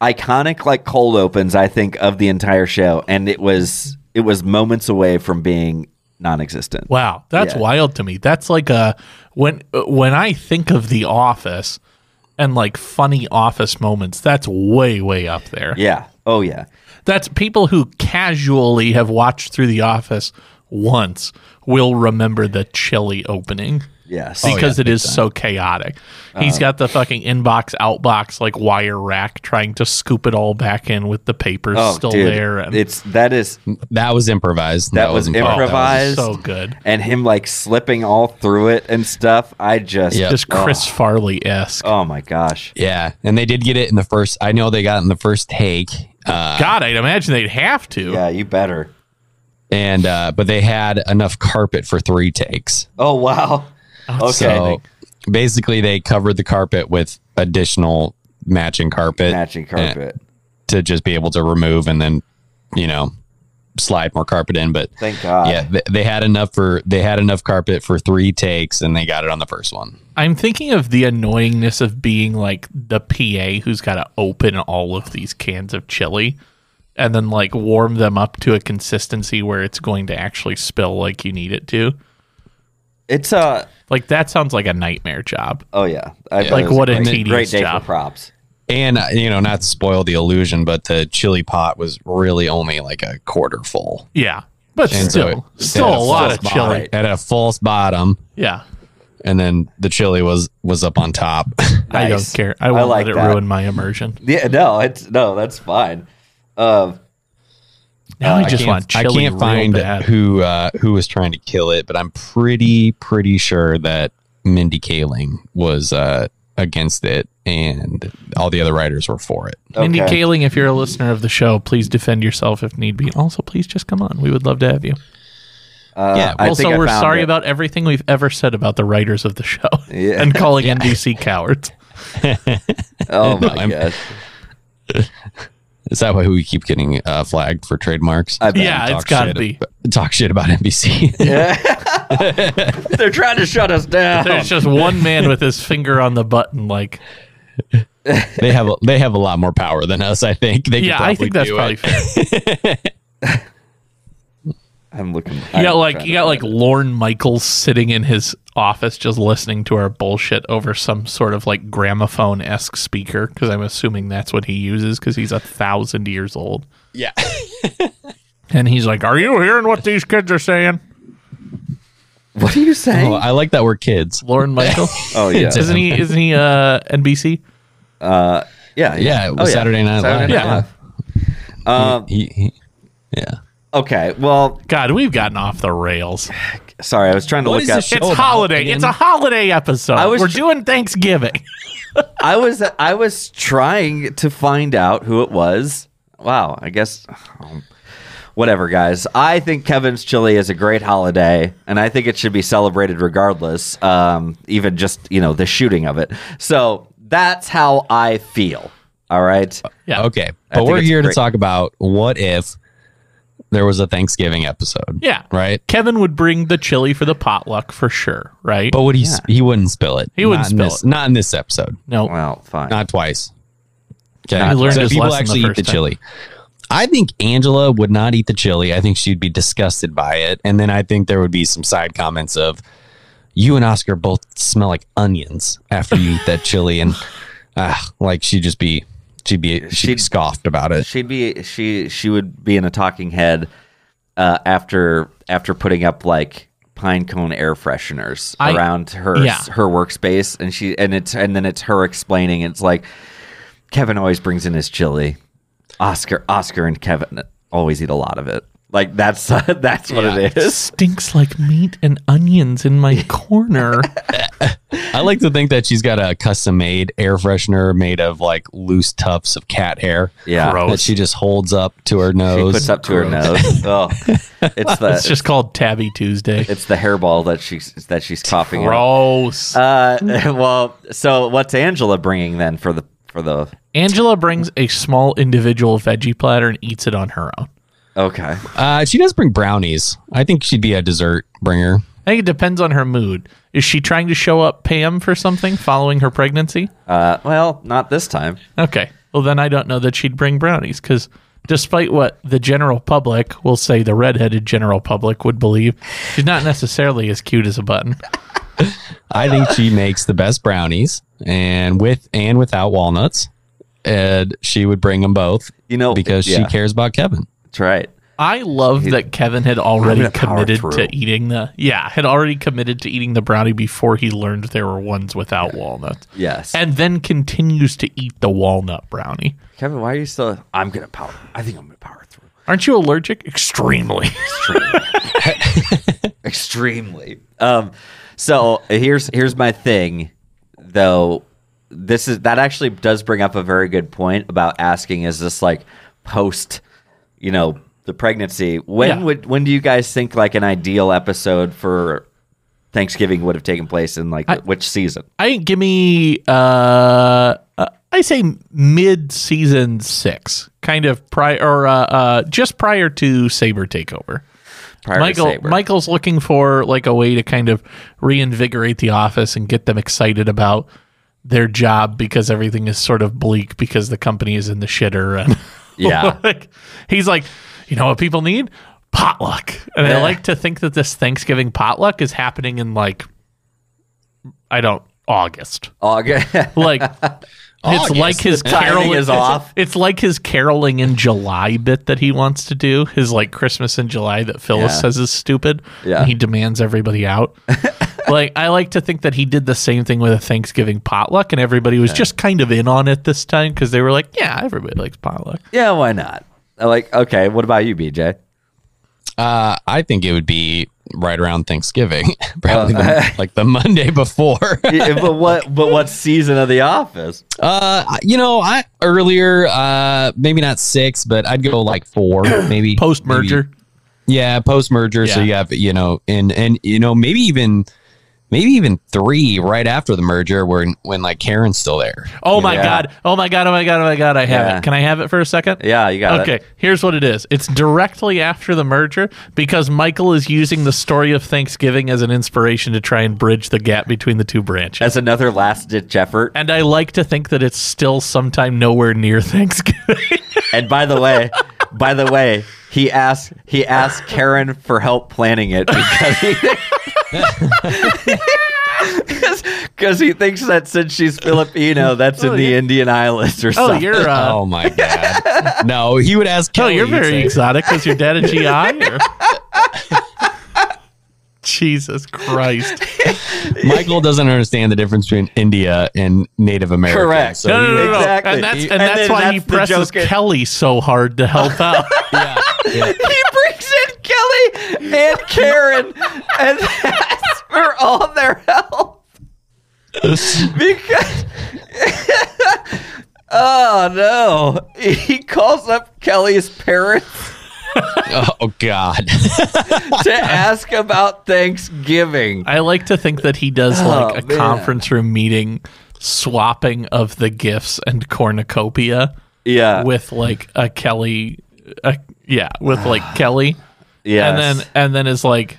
Speaker 2: iconic like cold opens I think of the entire show, and it was it was moments away from being non-existent.
Speaker 3: Wow, that's
Speaker 2: Yeah.
Speaker 3: wild to me. That's like a when when I think of The Office and like funny office moments, that's way way up there.
Speaker 2: Yeah. Oh yeah.
Speaker 3: That's people who casually have watched through The Office once will remember the chili opening
Speaker 2: Yes.
Speaker 3: because it is so chaotic. He's
Speaker 2: Uh-huh.
Speaker 3: got the fucking inbox outbox like wire rack trying to scoop it all back in with the papers
Speaker 2: Oh,
Speaker 3: still
Speaker 2: dude,
Speaker 3: there and
Speaker 2: It's that is
Speaker 1: That was improvised.
Speaker 2: That was
Speaker 1: wasn't planned.
Speaker 3: oh, that was
Speaker 2: improvised.
Speaker 3: so good.
Speaker 2: and him like slipping all through it and stuff. I just
Speaker 1: Yeah.
Speaker 3: Just Chris Farley esque.
Speaker 2: Oh my gosh.
Speaker 1: Yeah, and they did get it in the first. I know they got it in the first take, uh,
Speaker 3: God, I'd imagine they'd have to.
Speaker 2: Yeah, you better.
Speaker 1: and uh, but they had enough carpet for three takes.
Speaker 2: Oh wow. Okay.
Speaker 1: So basically, they covered the carpet with additional matching carpet
Speaker 2: Matching carpet.
Speaker 1: to just be able to remove and then you know slide more carpet in. But
Speaker 2: Thank God.
Speaker 1: yeah, they, they had enough for they had enough carpet for three takes, and they got it on the first one.
Speaker 3: I'm thinking of the annoyingness of being like the PA who's got to open all of these cans of chili and then like warm them up to a consistency where it's going to actually spill like you need it to.
Speaker 2: It's uh
Speaker 3: Like that sounds like a nightmare job.
Speaker 2: oh yeah. I,
Speaker 3: Like,
Speaker 2: it was
Speaker 3: what a
Speaker 2: great,
Speaker 3: tedious
Speaker 2: great day
Speaker 3: job.
Speaker 2: for props.
Speaker 1: And uh, you know, not to spoil the illusion, but the chili pot was really only like a quarter full.
Speaker 3: Yeah. But
Speaker 1: And so
Speaker 3: still,
Speaker 1: it-
Speaker 3: still
Speaker 1: it had
Speaker 3: a lot
Speaker 1: false
Speaker 3: of chili.
Speaker 1: bottom. It had a false bottom,
Speaker 3: Yeah.
Speaker 1: and then the chili was was up on top.
Speaker 3: I don't
Speaker 2: Nice.
Speaker 3: care. I won't
Speaker 2: like
Speaker 3: let it
Speaker 2: that.
Speaker 3: ruin my immersion.
Speaker 2: Yeah, no, it's no, that's fine. Uh,
Speaker 3: Now I just
Speaker 1: can't-
Speaker 3: want chili.
Speaker 1: I
Speaker 3: real
Speaker 1: can't find
Speaker 3: bad.
Speaker 1: who uh, who was trying to kill it, but I'm pretty pretty sure that Mindy Kaling was uh, against it, and all the other writers were for it.
Speaker 3: Mindy
Speaker 2: okay.
Speaker 3: Kaling, if you're a listener of the show, please defend yourself if need be. Also, please just come on. We would love to have you.
Speaker 2: uh,
Speaker 1: yeah,
Speaker 2: I
Speaker 3: also,
Speaker 2: think I
Speaker 3: we're
Speaker 2: found
Speaker 3: sorry
Speaker 2: it.
Speaker 3: about everything we've ever said about the writers of the show
Speaker 2: Yeah.
Speaker 3: and calling NBC cowards.
Speaker 2: Oh my
Speaker 1: I'm-
Speaker 2: gosh.
Speaker 1: Is that why we keep getting uh, flagged for trademarks?
Speaker 2: I bet.
Speaker 3: Yeah, it's
Speaker 1: Talk
Speaker 3: got to
Speaker 1: shit-
Speaker 3: be.
Speaker 1: talk shit about NBC.
Speaker 2: They're trying to shut us down.
Speaker 3: There's just one man with his finger on the button. Like,
Speaker 1: they have a, they have a lot more power than us. I think. They could
Speaker 3: yeah, I think that's
Speaker 1: do it.
Speaker 3: probably fair.
Speaker 2: I'm looking.
Speaker 3: You got like you got like Lorne Michaels sitting in his office just listening to our bullshit over some sort of like gramophone esque speaker because I'm assuming that's what he uses because he's a thousand years old.
Speaker 1: yeah.
Speaker 3: And he's like, "Are you hearing what these kids are saying?"
Speaker 2: What are you saying?
Speaker 1: Oh, I like that we're kids.
Speaker 3: Lauren Michaels.
Speaker 2: Oh, yeah.
Speaker 3: Isn't he? Isn't he? Uh, NBC.
Speaker 2: yeah,
Speaker 1: Yeah, it was Saturday Night
Speaker 2: Saturday
Speaker 1: Live.
Speaker 2: Night Live. Um,
Speaker 1: He, he, yeah.
Speaker 2: okay. Well,
Speaker 3: God, we've gotten off the rails.
Speaker 2: sorry. I was trying to
Speaker 1: What
Speaker 2: look
Speaker 1: is
Speaker 2: up.
Speaker 1: this show
Speaker 3: It's
Speaker 1: about
Speaker 3: holiday.
Speaker 1: again?
Speaker 3: It's a holiday episode.
Speaker 2: I was
Speaker 3: We're
Speaker 2: tr-
Speaker 3: doing Thanksgiving.
Speaker 2: I was I was trying to find out who it was wow, I guess. um, Whatever, guys. I think Kevin's Chili is a great holiday, and I think it should be celebrated regardless, um, even just, you know, the shooting of it. So that's how I feel. All right.
Speaker 1: Uh,
Speaker 3: Yeah.
Speaker 1: Okay.
Speaker 2: I
Speaker 1: But
Speaker 2: think
Speaker 1: we're
Speaker 2: it's
Speaker 1: here to
Speaker 2: great.
Speaker 1: talk about what if there was a Thanksgiving episode.
Speaker 3: Yeah.
Speaker 1: Right?
Speaker 3: Kevin would bring the chili for the potluck for sure, right?
Speaker 1: But would he s he wouldn't spill it.
Speaker 3: He wouldn't
Speaker 1: Not in
Speaker 3: spill
Speaker 1: this-
Speaker 3: it.
Speaker 1: Not in this episode.
Speaker 3: no.
Speaker 2: Well, fine.
Speaker 1: Not twice. Okay.
Speaker 3: He learned
Speaker 1: so
Speaker 3: his
Speaker 1: people
Speaker 3: lesson the
Speaker 1: actually eat
Speaker 3: first
Speaker 1: the
Speaker 3: time.
Speaker 1: chili. I think Angela would not eat the chili. I think she'd be disgusted by it. And then I think there would be some side comments of you and Oscar both smell like onions after you eat that chili and ah, like she'd just be she'd be she'd, be
Speaker 2: She'd-
Speaker 1: scoffed about it.
Speaker 2: She'd be she she would be in a talking head uh, after after putting up like pine cone air fresheners
Speaker 3: I-
Speaker 2: around her
Speaker 3: yeah.
Speaker 2: her workspace, and she and it's and then it's her explaining. It's like Kevin always brings in his chili. Oscar Oscar and Kevin always eat a lot of it. Like that's that's what it is.
Speaker 3: Stinks like meat and onions in my corner.
Speaker 1: I like to think that she's got a custom made air freshener made of like loose tufts of cat hair.
Speaker 2: Yeah.
Speaker 3: Gross.
Speaker 1: That she just holds up to her
Speaker 2: She
Speaker 1: nose.
Speaker 2: puts up to her nose. Oh, it's the
Speaker 3: it's just called Tabby Tuesday.
Speaker 2: it's the hairball that she's that she's coughing. up.
Speaker 3: Gross.
Speaker 2: Uh, well, so what's Angela bringing then for the for the?
Speaker 3: Angela brings a small individual veggie platter and eats it on her own.
Speaker 2: Okay,
Speaker 1: Uh, she does bring brownies. I think she'd be a dessert bringer.
Speaker 3: I think it depends on her mood. Is she trying to show up Pam for something following her pregnancy?
Speaker 2: uh, well, not this time.
Speaker 3: Okay. Well, then I don't know that she'd bring brownies because despite what the general public will say, the redheaded general public would believe, she's not necessarily as cute as a button.
Speaker 1: I think she makes the best brownies, and with and without walnuts, and she would bring them both
Speaker 2: You know
Speaker 1: because she
Speaker 2: yeah,
Speaker 1: cares about Kevin.
Speaker 2: That's right.
Speaker 3: I love that Kevin had already
Speaker 2: gonna power
Speaker 3: committed
Speaker 2: through.
Speaker 3: to eating the yeah had already committed to eating the brownie before he learned there were ones without walnuts,
Speaker 2: Yes,
Speaker 3: and then continues to eat the walnut brownie.
Speaker 2: Kevin, why are you still? I'm gonna power. I think I'm gonna power through.
Speaker 3: Aren't you allergic? Extremely.
Speaker 2: Extremely. Um, so here's here's my thing, though. This is that actually does bring up a very good point about asking: Is this like post, you know, the pregnancy? When
Speaker 3: Yeah.
Speaker 2: would when do you guys think like an ideal episode for Thanksgiving would have taken place in like which season?
Speaker 3: I think give me uh, uh I say mid season six, kind of prior or uh, uh just prior to Saber takeover.
Speaker 2: Prior to
Speaker 3: Michael
Speaker 2: Saber.
Speaker 3: Michael's looking for like a way to kind of reinvigorate the office and get them excited about their job because everything is sort of bleak because the company is in the shitter and
Speaker 2: Yeah.
Speaker 3: like, he's like, you know what people need? Potluck. And
Speaker 2: Yeah.
Speaker 3: I like to think that this Thanksgiving potluck is happening in like I don't August
Speaker 2: August.
Speaker 3: like it's like his
Speaker 2: timing
Speaker 3: caroling
Speaker 2: is
Speaker 3: it's-
Speaker 2: off.
Speaker 3: It's like his caroling in July bit that he wants to do. His like Christmas in July that Phyllis
Speaker 2: Yeah.
Speaker 3: says is stupid.
Speaker 2: Yeah.
Speaker 3: and he demands everybody out. like I like to think that he did the same thing with a Thanksgiving potluck, and everybody was just kind of in on it this time because they were like, "Yeah, everybody likes potluck."
Speaker 2: yeah, why not? I'm Like, okay, what about you, BJ?
Speaker 1: Uh, I think it would be right around Thanksgiving, probably
Speaker 2: Uh,
Speaker 1: the, like the Monday before.
Speaker 2: Yeah, but what but what season of The Office?
Speaker 1: Uh, you know, I earlier, uh, maybe not six, but I'd go like four, maybe
Speaker 3: Post merger,
Speaker 1: maybe- Yeah, post merger. So
Speaker 3: Yeah.
Speaker 1: you have, you know, and and you know, maybe even. Maybe even three right after the merger, when when like Karen's still there.
Speaker 3: Oh my
Speaker 2: Yeah.
Speaker 3: god. Oh my god. Oh my god. Oh my god. I have
Speaker 2: Yeah.
Speaker 3: it. Can I have it for a second?
Speaker 2: Yeah, you got
Speaker 3: okay,
Speaker 2: it.
Speaker 3: here's what it is. It's directly after the merger because Michael is using the story of Thanksgiving as an inspiration to try and bridge the gap between the two branches.
Speaker 2: As another last ditch effort.
Speaker 3: and I like to think that it's still sometime nowhere near Thanksgiving.
Speaker 2: And by the way, by the way, he asked he asked Karen for help planning it because he because he thinks that since she's Filipino, that's in the Indian Islands or
Speaker 3: oh,
Speaker 2: something.
Speaker 3: you're uh, oh,
Speaker 1: oh my god! No, he would ask. Kelly,
Speaker 3: you're
Speaker 1: he'd
Speaker 3: very
Speaker 1: say,
Speaker 3: exotic. Was your dad a GI? Or? Jesus Christ!
Speaker 1: Michael doesn't understand the difference between India and Native America.
Speaker 2: Correct.
Speaker 1: So
Speaker 3: No, no, no, no.
Speaker 2: Exactly.
Speaker 3: And that's
Speaker 2: He-
Speaker 3: and,
Speaker 2: and
Speaker 3: that's
Speaker 2: then
Speaker 3: why
Speaker 2: that's
Speaker 3: he
Speaker 2: the
Speaker 3: presses
Speaker 2: joke.
Speaker 3: Kelly so hard to help out.
Speaker 1: yeah, yeah.
Speaker 2: he brings in Kelly and Karen and asks for all their help because Oh no! He calls up Kelly's parents
Speaker 1: Oh God.
Speaker 2: to ask about Thanksgiving.
Speaker 3: I like to think that he does like a
Speaker 2: Oh, man.
Speaker 3: conference room meeting swapping of the gifts and cornucopia
Speaker 2: Yeah,
Speaker 3: with like a Kelly a, yeah, with like Kelly.
Speaker 2: Ah. yes.
Speaker 3: And then and then is like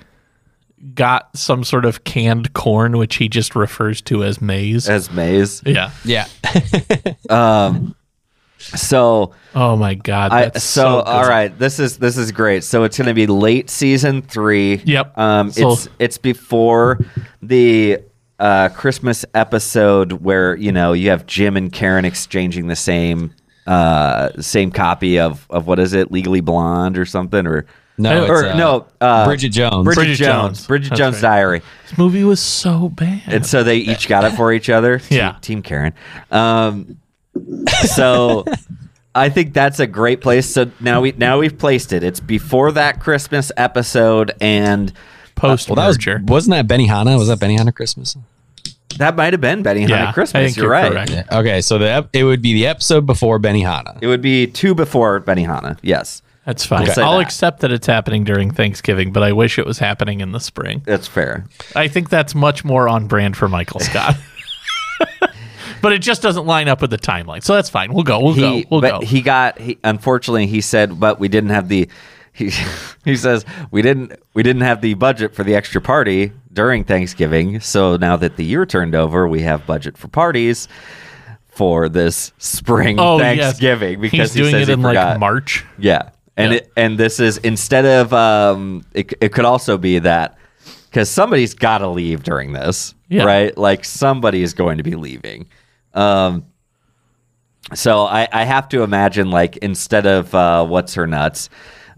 Speaker 3: got some sort of canned corn which he just refers to as maize.
Speaker 2: as Maze.
Speaker 3: yeah.
Speaker 1: yeah.
Speaker 2: So
Speaker 3: Oh my god.
Speaker 2: I
Speaker 3: That's
Speaker 2: so,
Speaker 3: so,
Speaker 2: all
Speaker 3: good.
Speaker 2: right. This is this is great. So it's going to be late season three.
Speaker 3: Yep.
Speaker 2: Um,
Speaker 3: So-
Speaker 2: it's it's before the uh, Christmas episode where you know you have Jim and Karen exchanging the same uh same copy of of what is it legally blonde or something or
Speaker 1: No,
Speaker 2: or
Speaker 1: it's, uh,
Speaker 2: no uh
Speaker 1: Bridget Jones.
Speaker 2: Bridget,
Speaker 3: Bridget
Speaker 2: Jones,
Speaker 3: Jones.
Speaker 2: Bridget
Speaker 3: That's
Speaker 2: Jones
Speaker 3: right.
Speaker 2: diary
Speaker 3: This movie was so bad.
Speaker 2: and so they each got it for each other. Team-
Speaker 3: Yeah.
Speaker 2: Team Karen. Um, so I think that's a great place. So now we now we've placed it. It's before that Christmas episode, and
Speaker 3: Post
Speaker 1: Well, that was
Speaker 3: merger.
Speaker 1: wasn't that Benihana? Was that Benihana Christmas?
Speaker 2: that might have been Benny
Speaker 3: yeah,
Speaker 2: Hanna
Speaker 3: I
Speaker 2: Christmas.
Speaker 3: think
Speaker 2: You're, right.
Speaker 3: correct.
Speaker 1: Yeah. Okay, so the ep- it would be the episode before Benihana.
Speaker 2: It would be two before Benny Hanna. Yes,
Speaker 3: That's fine.
Speaker 2: We'll say
Speaker 3: I'll
Speaker 2: that.
Speaker 3: accept that it's happening during Thanksgiving, but I wish it was happening in the spring.
Speaker 2: that's fair.
Speaker 3: I think that's much more on brand for Michael Scott. but it just doesn't line up with the timeline. So that's fine. We'll go. We'll
Speaker 2: He,
Speaker 3: go. We'll
Speaker 2: but
Speaker 3: go.
Speaker 2: he got. He, unfortunately, he said, but we didn't have the. He, he says we didn't we didn't have the budget for the extra party during Thanksgiving. So now that the year turned over, we have budget for parties for this spring
Speaker 3: oh, yes.
Speaker 2: Thanksgiving because
Speaker 3: he's doing
Speaker 2: he says
Speaker 3: it in
Speaker 2: he
Speaker 3: like
Speaker 2: forgot.
Speaker 3: March.
Speaker 2: Yeah, and
Speaker 3: Yeah.
Speaker 2: It, and this is instead of um, it, it could also be that because somebody's got to leave during this,
Speaker 3: Yeah.
Speaker 2: right? Like somebody is going to be leaving. Um, so I, I have to imagine like instead of uh, what's her nuts,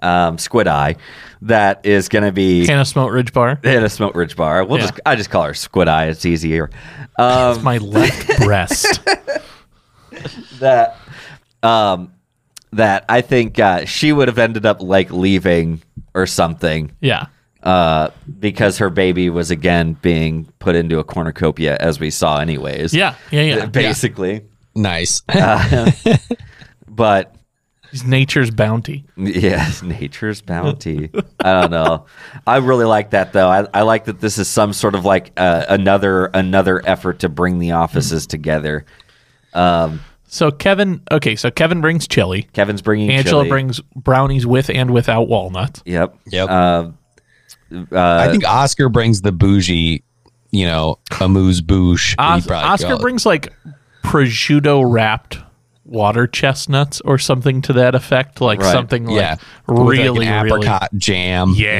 Speaker 2: um, Squid Eye, that is going to be
Speaker 3: Hannah Smote Ridge Bar.
Speaker 2: in a smoke ridge bar. We'll
Speaker 3: Yeah.
Speaker 2: just I just call her Squid Eye. It's easier. Um,
Speaker 3: My left breast.
Speaker 2: that um that I think uh, she would have ended up like leaving or something
Speaker 3: Yeah.
Speaker 2: uh because her baby was again being put into a cornucopia as we saw anyways.
Speaker 3: Yeah. Yeah. Yeah.
Speaker 2: Basically.
Speaker 1: Nice.
Speaker 2: But
Speaker 3: He's nature's bounty.
Speaker 2: Yes, nature's bounty. I don't know. I really like that though. I, I like that this is some sort of like uh, another another effort to bring the
Speaker 3: Hmm.
Speaker 2: offices together.
Speaker 3: So Kevin. Okay. So Kevin brings chili.
Speaker 2: Kevin's bringing
Speaker 3: Angela
Speaker 2: chili.
Speaker 3: brings brownies with and without walnuts.
Speaker 2: Yep.
Speaker 1: Yep.
Speaker 2: Um, Uh,
Speaker 1: I think Oscar brings the bougie, you know, amuse bouche.
Speaker 3: Os-
Speaker 1: you probably call
Speaker 3: Oscar
Speaker 1: it.
Speaker 3: brings like prosciutto wrapped water chestnuts or something to that effect, like
Speaker 2: Right.
Speaker 3: something like
Speaker 1: yeah, With, like, an
Speaker 3: really, really.
Speaker 1: apricot jam.
Speaker 3: Yeah,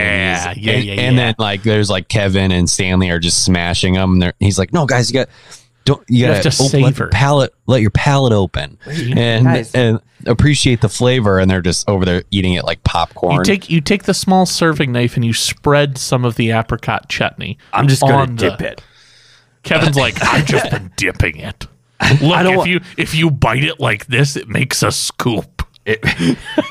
Speaker 1: And he's-
Speaker 3: yeah,
Speaker 1: and,
Speaker 3: yeah,
Speaker 1: And
Speaker 3: yeah.
Speaker 1: then like there's like Kevin and Stanley are just smashing them. They're, he's like, no, guys, you got. Don't you,
Speaker 3: have
Speaker 1: gotta
Speaker 3: to
Speaker 1: op- let
Speaker 3: savor.
Speaker 1: your palate let your palate open and
Speaker 2: Guys.
Speaker 1: and appreciate the flavor and they're just over there eating it like popcorn.
Speaker 3: You take you take the small serving knife and you spread some of the apricot chutney.
Speaker 2: I'm just gonna
Speaker 3: on the-
Speaker 2: dip it.
Speaker 3: Kevin's like, I've just been dipping it. Look, if you if you bite it like this, it makes a scoop.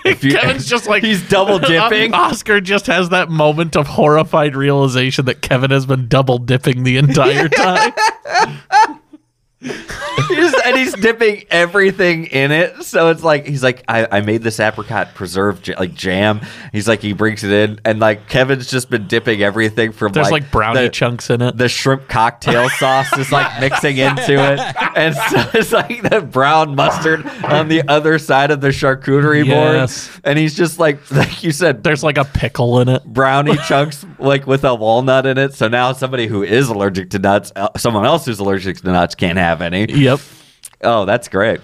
Speaker 2: If you-
Speaker 3: Kevin's just like um,
Speaker 2: he's double dipping.
Speaker 3: Oscar just has that moment of horrified realization that Kevin has been double dipping the entire time.
Speaker 2: He's- and he's dipping everything in it. So it's like he's like, I, I made this apricot preserve j- like jam. He's like, he brings it in, and like Kevin's just been dipping everything from
Speaker 3: There's like, brownie
Speaker 2: the,
Speaker 3: chunks in it.
Speaker 2: The shrimp cocktail sauce is like mixing into it, and so it's like the brown mustard on the other side of the charcuterie
Speaker 3: Yes.
Speaker 2: board, and he's just like, like you said,
Speaker 3: There's like a pickle in it.
Speaker 2: brownie chunks like with a walnut in it. So now somebody who is allergic to nuts, uh, someone else who's allergic to nuts can't have any.
Speaker 3: Yep.
Speaker 2: Oh, that's great.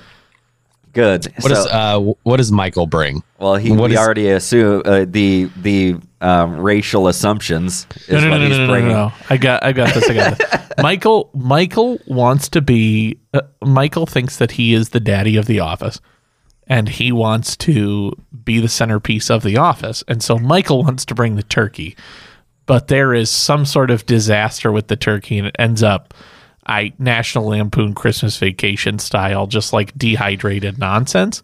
Speaker 2: Good.
Speaker 1: What does
Speaker 2: So-
Speaker 1: uh, what does Michael bring?
Speaker 2: well, he
Speaker 1: what
Speaker 2: we
Speaker 1: is-
Speaker 2: already assume uh, the the um, racial assumptions is
Speaker 3: No, no,
Speaker 2: what
Speaker 3: no, no,
Speaker 2: he's
Speaker 3: no, no, no,
Speaker 2: bringing.
Speaker 3: no. I got, I got this. I got this. Michael, Michael wants to be. Uh, Michael thinks that he is the daddy of the office, and he wants to be the centerpiece of the office. And so Michael wants to bring the turkey, but there is some sort of disaster with the turkey, and it ends up, I National Lampoon Christmas Vacation style, just like dehydrated nonsense.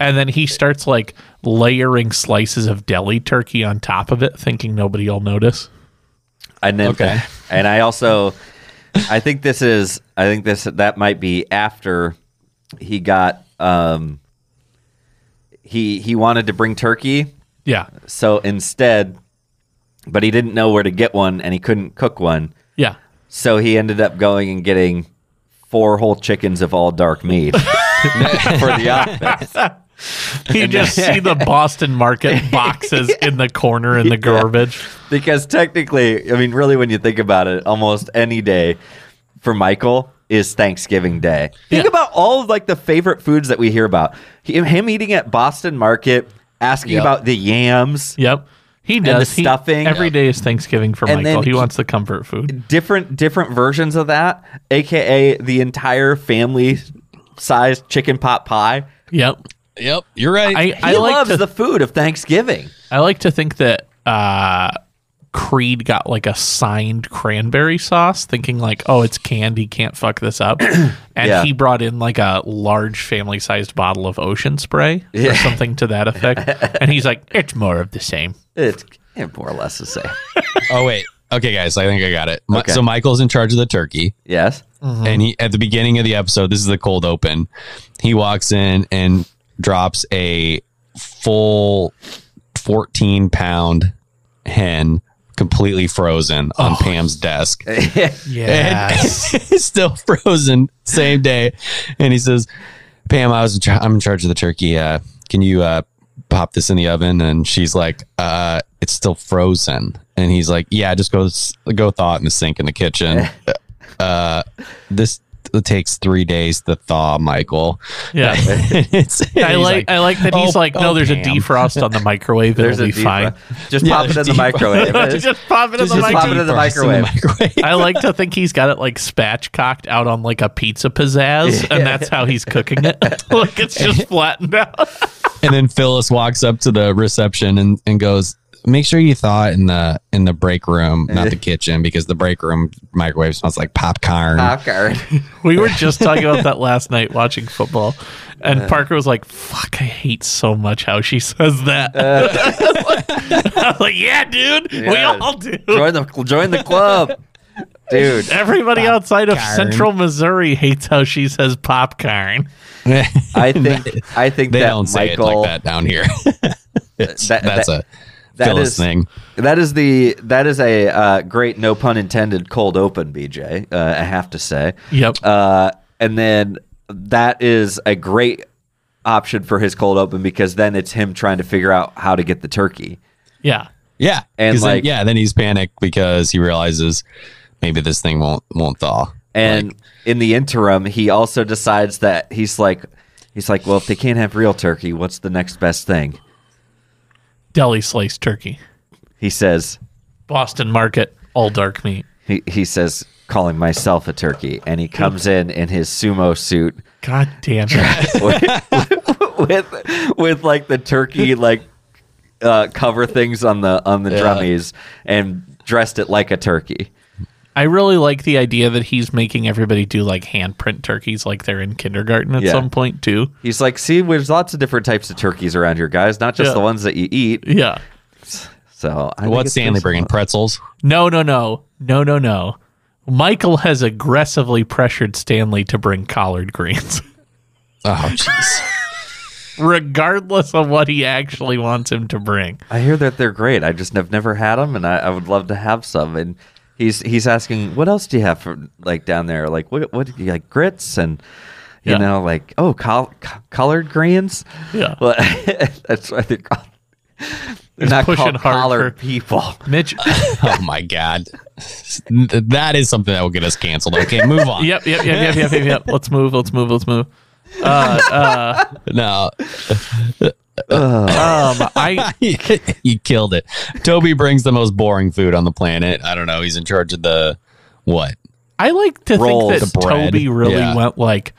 Speaker 3: And then he starts like layering slices of deli turkey on top of it, thinking nobody will notice.
Speaker 2: And then,
Speaker 1: Okay.
Speaker 2: and I also, I think this is, I think this that might be after he got um, he he wanted to bring turkey,
Speaker 3: Yeah.
Speaker 2: so instead, but he didn't know where to get one, and he couldn't cook one,
Speaker 3: Yeah.
Speaker 2: so he ended up going and getting four whole chickens of all dark meat for the office.
Speaker 3: You just see the Boston Market boxes in the corner in the garbage.
Speaker 2: Because technically, I mean, really, when you think about it, almost any day for Michael is Thanksgiving Day. Think
Speaker 3: Yeah.
Speaker 2: about all of like the favorite foods that we hear about. Him, him eating at Boston Market, asking
Speaker 1: Yep.
Speaker 2: about the yams,
Speaker 3: Yep. He
Speaker 2: the
Speaker 3: does He-
Speaker 2: stuffing.
Speaker 3: every day is Thanksgiving for
Speaker 2: And
Speaker 3: Michael.
Speaker 2: then
Speaker 3: He,
Speaker 2: he-
Speaker 3: wants the comfort food.
Speaker 2: different different versions of that, aka the entire family sized chicken pot pie.
Speaker 3: Yep.
Speaker 1: Yep, you're right.
Speaker 3: I,
Speaker 2: He
Speaker 3: I like
Speaker 2: loves
Speaker 3: to
Speaker 2: the food of Thanksgiving.
Speaker 3: I like to think that uh, Creed got like a signed cranberry sauce, thinking like, "Oh, it's candy, can't fuck this up," and
Speaker 2: Yeah.
Speaker 3: he brought in like a large family-sized bottle of ocean spray
Speaker 2: Yeah.
Speaker 3: or something to that effect, and he's like, "It's more of the same."
Speaker 2: It's yeah, more or less the same.
Speaker 1: oh wait, okay, guys, I think I got it. Mi-
Speaker 2: Okay.
Speaker 1: So Michael's in charge of the turkey,
Speaker 2: Yes.
Speaker 1: and he at the beginning of the episode, this is the cold open. He walks in and drops a full fourteen pound hen, completely frozen, on Pam's desk.
Speaker 3: Yes.
Speaker 1: It's still frozen same day and he says pam i was in char- i'm in charge of the turkey uh can you uh pop this in the oven and she's like uh it's still frozen and he's like yeah just go s- go thaw it in the sink in the kitchen uh this it takes three days to thaw michael
Speaker 3: yeah.
Speaker 1: It's-
Speaker 3: I
Speaker 1: he's
Speaker 3: like, I like that
Speaker 1: "Oh,
Speaker 3: he's like, no,
Speaker 1: oh,
Speaker 3: there's a
Speaker 1: Pam."
Speaker 3: defrost on the microwave. It'll
Speaker 2: There's a
Speaker 3: be
Speaker 2: deep
Speaker 3: fine.
Speaker 2: fry. Just
Speaker 1: Yeah,
Speaker 2: pop it in
Speaker 1: there's
Speaker 2: the
Speaker 1: deep fry.
Speaker 2: microwave.
Speaker 3: just pop it in the
Speaker 2: just pop
Speaker 3: microwave.
Speaker 2: it in the
Speaker 1: Defrost in the microwave.
Speaker 3: I like to think he's got it like spatchcocked out on like a pizza pizzazz, and that's how he's cooking it. Look, it's just flattened out.
Speaker 1: and then Phyllis walks up to the reception and, and goes, "Make sure you thaw it in the in the break room, not the kitchen, because the break room microwave smells like popcorn."
Speaker 2: Popcorn.
Speaker 3: We were just talking about that last night watching football, and Parker was like, "Fuck, I hate so much how she says that." I was like, "Yeah, dude, we
Speaker 2: Uh. Yeah.
Speaker 3: all do."
Speaker 2: join the join the club, dude.
Speaker 3: Everybody outside of
Speaker 1: Popcorn.
Speaker 3: Central Missouri hates how she says popcorn.
Speaker 2: I think I think
Speaker 1: they
Speaker 2: that
Speaker 1: don't say
Speaker 2: Michael
Speaker 1: it like that down here. It's-
Speaker 2: That-
Speaker 1: that's
Speaker 2: that-
Speaker 1: a
Speaker 2: that
Speaker 1: Phyllis
Speaker 2: is-
Speaker 1: thing.
Speaker 2: that is the that is a uh, great no pun intended cold open BJ. Uh, I have to say,
Speaker 3: Yep.
Speaker 2: uh, and then that is a great option for his cold open because then it's him trying to figure out how to get the turkey.
Speaker 3: yeah.
Speaker 1: Yeah,
Speaker 2: And
Speaker 1: 'Cause then-
Speaker 2: like-
Speaker 1: yeah, then he's panicked because he realizes maybe this thing won't won't thaw.
Speaker 2: And in the interim, he also decides that he's like he's like, well, if they can't have real turkey, what's the next best thing?
Speaker 3: Deli sliced turkey,
Speaker 2: He says,
Speaker 3: Boston Market, all dark meat.
Speaker 2: he, he says calling myself a turkey and he comes in in his sumo suit
Speaker 3: God damn it.
Speaker 2: with with, with like the turkey like uh, cover things on the on the drummies and dressed it like a turkey
Speaker 3: I really like the idea that he's making everybody do like handprint turkeys like they're in kindergarten at
Speaker 2: Yeah.
Speaker 3: some point too.
Speaker 2: he's like see there's lots of different types of turkeys around here guys not just
Speaker 3: Yeah.
Speaker 2: the ones that you eat
Speaker 3: Yeah.
Speaker 2: so I think
Speaker 1: What's
Speaker 2: it's pretty
Speaker 1: Stanley bringing?
Speaker 2: similar.
Speaker 1: Pretzels.
Speaker 3: No, no, no. No, no, no. Michael has aggressively pressured Stanley to bring collard greens,
Speaker 1: Oh jeez.
Speaker 3: regardless of what he actually wants him to bring.
Speaker 2: I hear that they're great. I just have never had them, and I, I would love to have some. And he's he's asking, what else do you have for like down there? Like what what do you like grits and you
Speaker 3: Yeah.
Speaker 2: know like oh col- co- collard greens.
Speaker 3: Yeah.
Speaker 2: well, that's what they're called. They're not
Speaker 3: pushing
Speaker 2: called
Speaker 3: hard
Speaker 2: collard
Speaker 3: for-
Speaker 2: people.
Speaker 3: Mitch,
Speaker 1: oh my god. That is something that will get us canceled. Okay, move on.
Speaker 3: yep, yep, yep, yep, yep, yep, yep. Let's move, let's move, let's move. Uh,
Speaker 1: No,
Speaker 3: Um, I
Speaker 1: you killed it. Toby brings the most boring food on the planet. I don't know. He's in charge of the what?
Speaker 3: I like to
Speaker 1: Roll
Speaker 3: think that
Speaker 1: the bread.
Speaker 3: Toby really
Speaker 1: Yeah.
Speaker 3: went like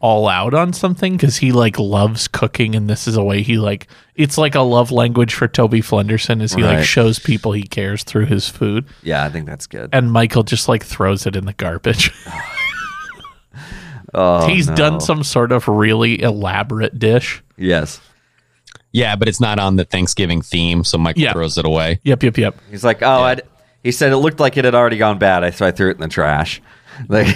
Speaker 3: all out on something because he like loves cooking and this is a way he like it's like a love language for Toby Flenderson is he
Speaker 2: Right.
Speaker 3: like shows people he cares through his food
Speaker 2: Yeah, I think that's good.
Speaker 3: and Michael just like throws it in the garbage.
Speaker 2: Oh,
Speaker 3: He's
Speaker 2: no.
Speaker 3: done some sort of really elaborate dish.
Speaker 2: Yes,
Speaker 1: Yeah, but it's not on the Thanksgiving theme, so Michael
Speaker 3: Yeah.
Speaker 1: throws it away.
Speaker 3: Yep, yep, yep.
Speaker 2: he's like, oh, I'd, he said it looked like it had already gone bad, I so I threw it in the trash. Like,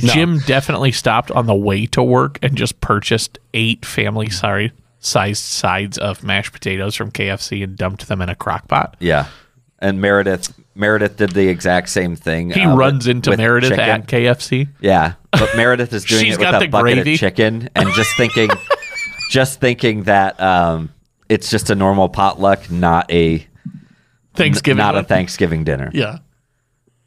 Speaker 3: Jim definitely stopped on the way to work and just purchased eight family sorry sized sides of mashed potatoes from KFC and dumped them in a crock pot.
Speaker 2: yeah. And Meredith Meredith did the exact same thing.
Speaker 3: He
Speaker 2: uh, with-
Speaker 3: runs into
Speaker 2: with
Speaker 3: Meredith
Speaker 2: chicken.
Speaker 3: at KFC.
Speaker 2: Yeah, but Meredith is doing
Speaker 3: She's
Speaker 2: it with
Speaker 3: got
Speaker 2: a
Speaker 3: the
Speaker 2: bucket
Speaker 3: gravy.
Speaker 2: of chicken and just thinking, just thinking that um, it's just a normal potluck, not a
Speaker 3: Thanksgiving.
Speaker 2: not a
Speaker 3: one.
Speaker 2: Thanksgiving dinner.
Speaker 3: Yeah.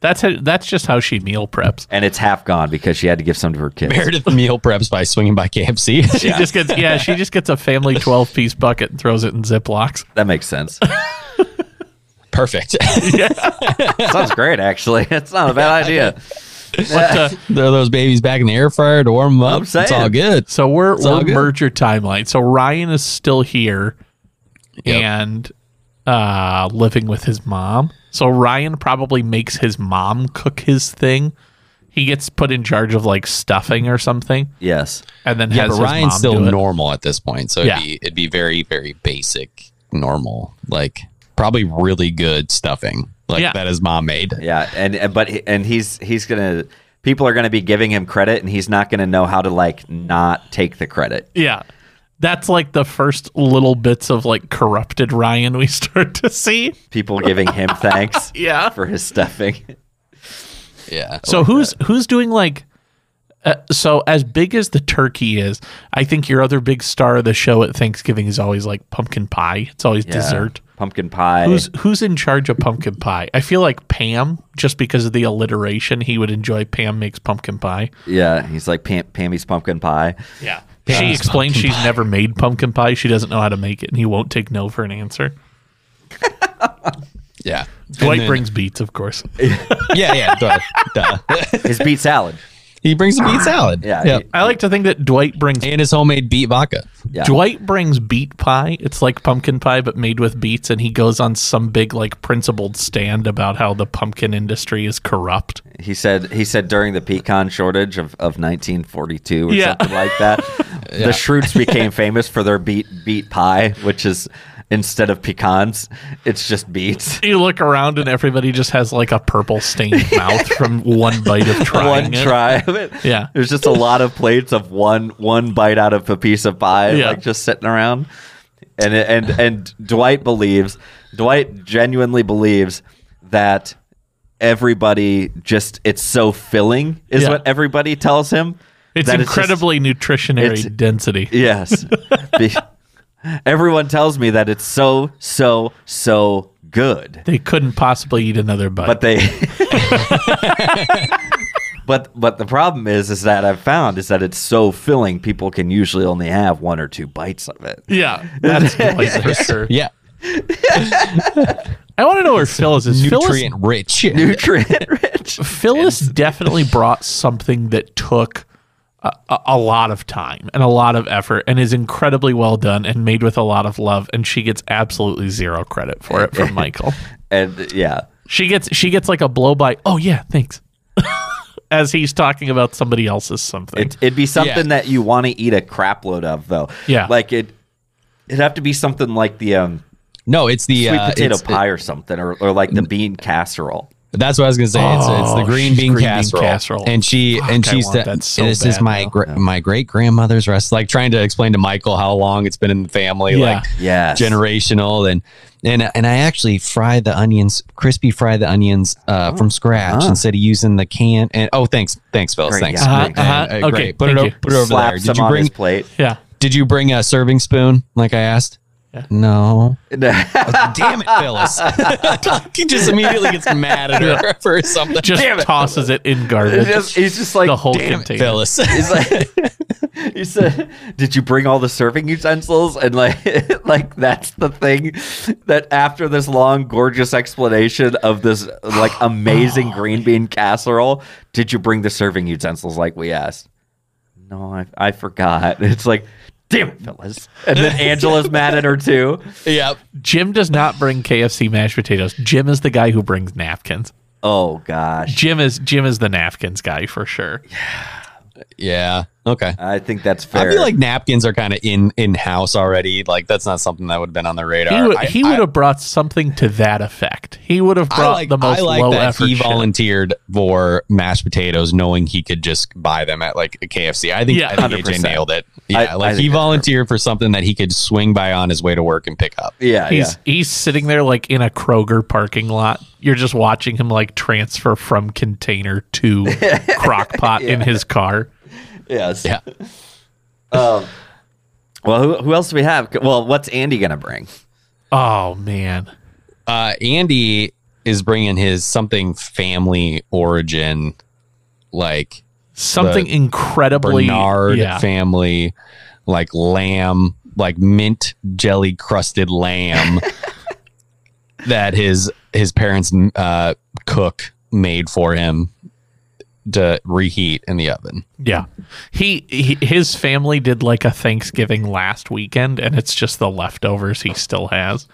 Speaker 3: That's how, that's just how she meal preps.
Speaker 2: And it's half gone because she had to give some to her kids.
Speaker 1: Meredith meal preps by swinging by KFC.
Speaker 3: She just gets yeah, she just gets a family 12 piece bucket and throws it in Ziplocs.
Speaker 2: That makes sense.
Speaker 1: Perfect.
Speaker 2: Sounds great, actually. It's not a bad idea.
Speaker 3: But, uh,
Speaker 1: Throw those babies back in the air fryer to warm them up.
Speaker 2: I'm saying.
Speaker 1: It's all good.
Speaker 3: so we're
Speaker 1: all
Speaker 3: we're
Speaker 1: good.
Speaker 3: merger timeline. So Ryan is still here
Speaker 1: Yep.
Speaker 3: and uh living with his mom. So Ryan probably makes his mom cook his thing. He gets put in charge of like stuffing or something
Speaker 2: Yes.
Speaker 3: and then
Speaker 1: Yeah,
Speaker 3: has
Speaker 1: but
Speaker 3: his
Speaker 1: Ryan's
Speaker 3: mom
Speaker 1: still
Speaker 3: do it.
Speaker 1: normal at this point, so
Speaker 3: Yeah.
Speaker 1: it'd, be, it'd be very, very basic, normal. Like probably really good stuffing, like
Speaker 3: Yeah.
Speaker 1: that his mom made.
Speaker 2: Yeah, and, and but he- and he's he's gonna people are gonna be giving him credit, and he's not gonna know how to like not take the credit.
Speaker 3: Yeah. That's like the first little bits of like corrupted Ryan we start to see.
Speaker 2: People giving him thanks
Speaker 3: Yeah.
Speaker 2: for his stuffing.
Speaker 1: Yeah,
Speaker 3: So who's who's doing like uh, so as big as the turkey is, I think your other big star of the show at Thanksgiving is always like pumpkin pie. It's always
Speaker 2: Yeah.
Speaker 3: dessert.
Speaker 2: pumpkin pie.
Speaker 3: Who's who's in charge of pumpkin pie? I feel like Pam, just because of the alliteration, he would enjoy Pam makes pumpkin pie.
Speaker 2: yeah, he's like Pam, Pammy's pumpkin pie.
Speaker 3: Yeah. She explains she's never made pumpkin pie. She doesn't know how to make it, and he won't take no for an answer.
Speaker 1: yeah.
Speaker 3: Dwight
Speaker 1: then-
Speaker 3: brings beets, of course.
Speaker 1: Yeah, yeah. duh, duh.
Speaker 2: His beet salad.
Speaker 1: he brings a beet salad.
Speaker 2: Ah, Yeah,
Speaker 1: Yep.
Speaker 3: I like to think that Dwight brings
Speaker 1: and his homemade beet vodka.
Speaker 2: Yeah.
Speaker 3: Dwight brings beet pie. It's like pumpkin pie, but made with beets. And he goes on some big, like, principled stand about how the pumpkin industry is corrupt.
Speaker 2: He said he said during the pecan shortage of, of 1942 or
Speaker 3: Yeah.
Speaker 2: something like that, the Shroots became famous for their beet beet pie, which is instead of pecans, it's just beets.
Speaker 3: You look around, and everybody just has, like, a purple stained mouth from one bite of trying
Speaker 2: One
Speaker 3: it.
Speaker 2: try of it.
Speaker 3: Yeah.
Speaker 2: there's just a lot of plates of one one bite out of a piece of pie,
Speaker 3: Yeah.
Speaker 2: like just sitting around. And and and Dwight believes Dwight genuinely believes that everybody just it's so filling is
Speaker 3: Yeah.
Speaker 2: what everybody tells him.
Speaker 3: It's
Speaker 2: that just-
Speaker 3: incredibly nutritionary
Speaker 2: it's-
Speaker 3: density.
Speaker 2: Yes. Be- Everyone tells me that it's so, so, so good.
Speaker 3: They couldn't possibly eat another bite.
Speaker 2: But they But but the problem is is that I've found is that it's so filling people can usually only have one or two bites of it.
Speaker 3: yeah, that's Dwight for sure.
Speaker 1: Yeah,
Speaker 3: I want to know where Phyllis is. Phyllis
Speaker 1: nutrient rich.
Speaker 2: Nutrient rich.
Speaker 3: Phyllis definitely brought something that took a, a- a lot of time and a lot of effort and is incredibly well done and made with a lot of love and she gets absolutely zero credit for it from Michael.
Speaker 2: And yeah.
Speaker 3: She gets she gets like a blow by, "Oh yeah, thanks." As he's talking about somebody else's something.
Speaker 2: It, it'd be something
Speaker 1: Yeah.
Speaker 2: that you want to eat a crap load of though.
Speaker 3: Yeah.
Speaker 2: Like it it'd have to be something like the um
Speaker 1: No, it's the
Speaker 2: sweet
Speaker 1: uh,
Speaker 2: potato
Speaker 1: it's-
Speaker 2: pie or something or, or like the bean casserole.
Speaker 1: That's what I was gonna say. It's, it's
Speaker 3: Oh,
Speaker 1: the green
Speaker 3: she's
Speaker 1: bean,
Speaker 3: green bean
Speaker 1: casserole.
Speaker 3: casserole.
Speaker 1: and she
Speaker 3: Fuck,
Speaker 1: and
Speaker 3: I
Speaker 1: she's
Speaker 3: want
Speaker 1: the-
Speaker 3: that so
Speaker 1: this is
Speaker 3: bad
Speaker 1: my
Speaker 3: now.
Speaker 1: gr- my great grandmother's recipe. Like trying to explain to Michael how long it's been in the family,
Speaker 3: Yeah.
Speaker 1: like
Speaker 2: Yes.
Speaker 1: generational, and and and I actually fry the onions, crispy fry the onions
Speaker 2: Oh.
Speaker 1: uh, from scratch instated instead of using the can. And oh, thanks, thanks, Phyllis,
Speaker 2: Ah. Great,
Speaker 1: thanks.
Speaker 2: yeah. Uh-huh,
Speaker 1: Great,
Speaker 3: uh-huh.
Speaker 1: uh,
Speaker 3: Okay,
Speaker 1: great. Put it
Speaker 3: thank
Speaker 1: over,
Speaker 3: you.
Speaker 1: put it over there.
Speaker 2: Slaps
Speaker 1: Did
Speaker 2: them
Speaker 1: you
Speaker 2: on
Speaker 1: bring
Speaker 2: his plate.
Speaker 3: yeah.
Speaker 1: Did you bring a serving spoon like I asked? No. Oh, damn it, Phyllis. he just immediately gets mad at her for something.
Speaker 3: Just
Speaker 2: Damn it.
Speaker 3: tosses it in garbage.
Speaker 2: It's just- he's just like
Speaker 3: the whole
Speaker 1: damn it,
Speaker 3: container.
Speaker 1: Phyllis.
Speaker 2: He's like, he said, "Did you bring all the serving utensils?" And like, like that's the thing that after this long, gorgeous explanation of this like amazing green bean casserole, did you bring the serving utensils like we asked? No, I, I forgot. It's like, damn it, Phyllis. And then Angela's mad at her too.
Speaker 1: yep.
Speaker 3: Jim does not bring KFC mashed potatoes. Jim is the guy who brings napkins.
Speaker 2: Oh gosh.
Speaker 3: Jim is Jim is the napkins guy for sure.
Speaker 1: Yeah. Okay.
Speaker 2: I think that's fair.
Speaker 1: I feel like napkins are kind of in in house already. Like that's not something that would have been on the radar.
Speaker 3: He would
Speaker 1: I-
Speaker 3: he
Speaker 1: I-
Speaker 3: would have brought something to that effect. He would have
Speaker 1: I
Speaker 3: brought
Speaker 1: like,
Speaker 3: the most
Speaker 1: I like
Speaker 3: low
Speaker 1: that
Speaker 3: effort.
Speaker 1: he
Speaker 3: shit.
Speaker 1: volunteered for mashed potatoes, knowing he could just buy them at like a KFC. I think,
Speaker 3: Yeah.
Speaker 1: I think AJ
Speaker 2: 100%.
Speaker 1: nailed it. Yeah,
Speaker 2: I- I
Speaker 1: like
Speaker 2: think
Speaker 1: he
Speaker 2: that's
Speaker 1: volunteered for something that he could swing by on his way to work and pick up.
Speaker 2: yeah, yeah.
Speaker 3: He's he's sitting there like in a Kroger parking lot. You're just watching him like transfer from container to crock pot in his car.
Speaker 2: Yes.
Speaker 1: Yeah.
Speaker 2: Um, well, who, who else do we have? Well, what's Andy gonna bring?
Speaker 3: Oh man.
Speaker 1: Uh, Andy is bringing his something family origin, like
Speaker 3: Something
Speaker 1: The
Speaker 3: incredibly
Speaker 1: Bernard
Speaker 3: yeah.
Speaker 1: family, like lamb, like mint jelly crusted lamb that his his parents uh, cook made for him to reheat in the oven.
Speaker 3: Yeah. He, he his family did like a Thanksgiving last weekend and it's just the leftovers he still has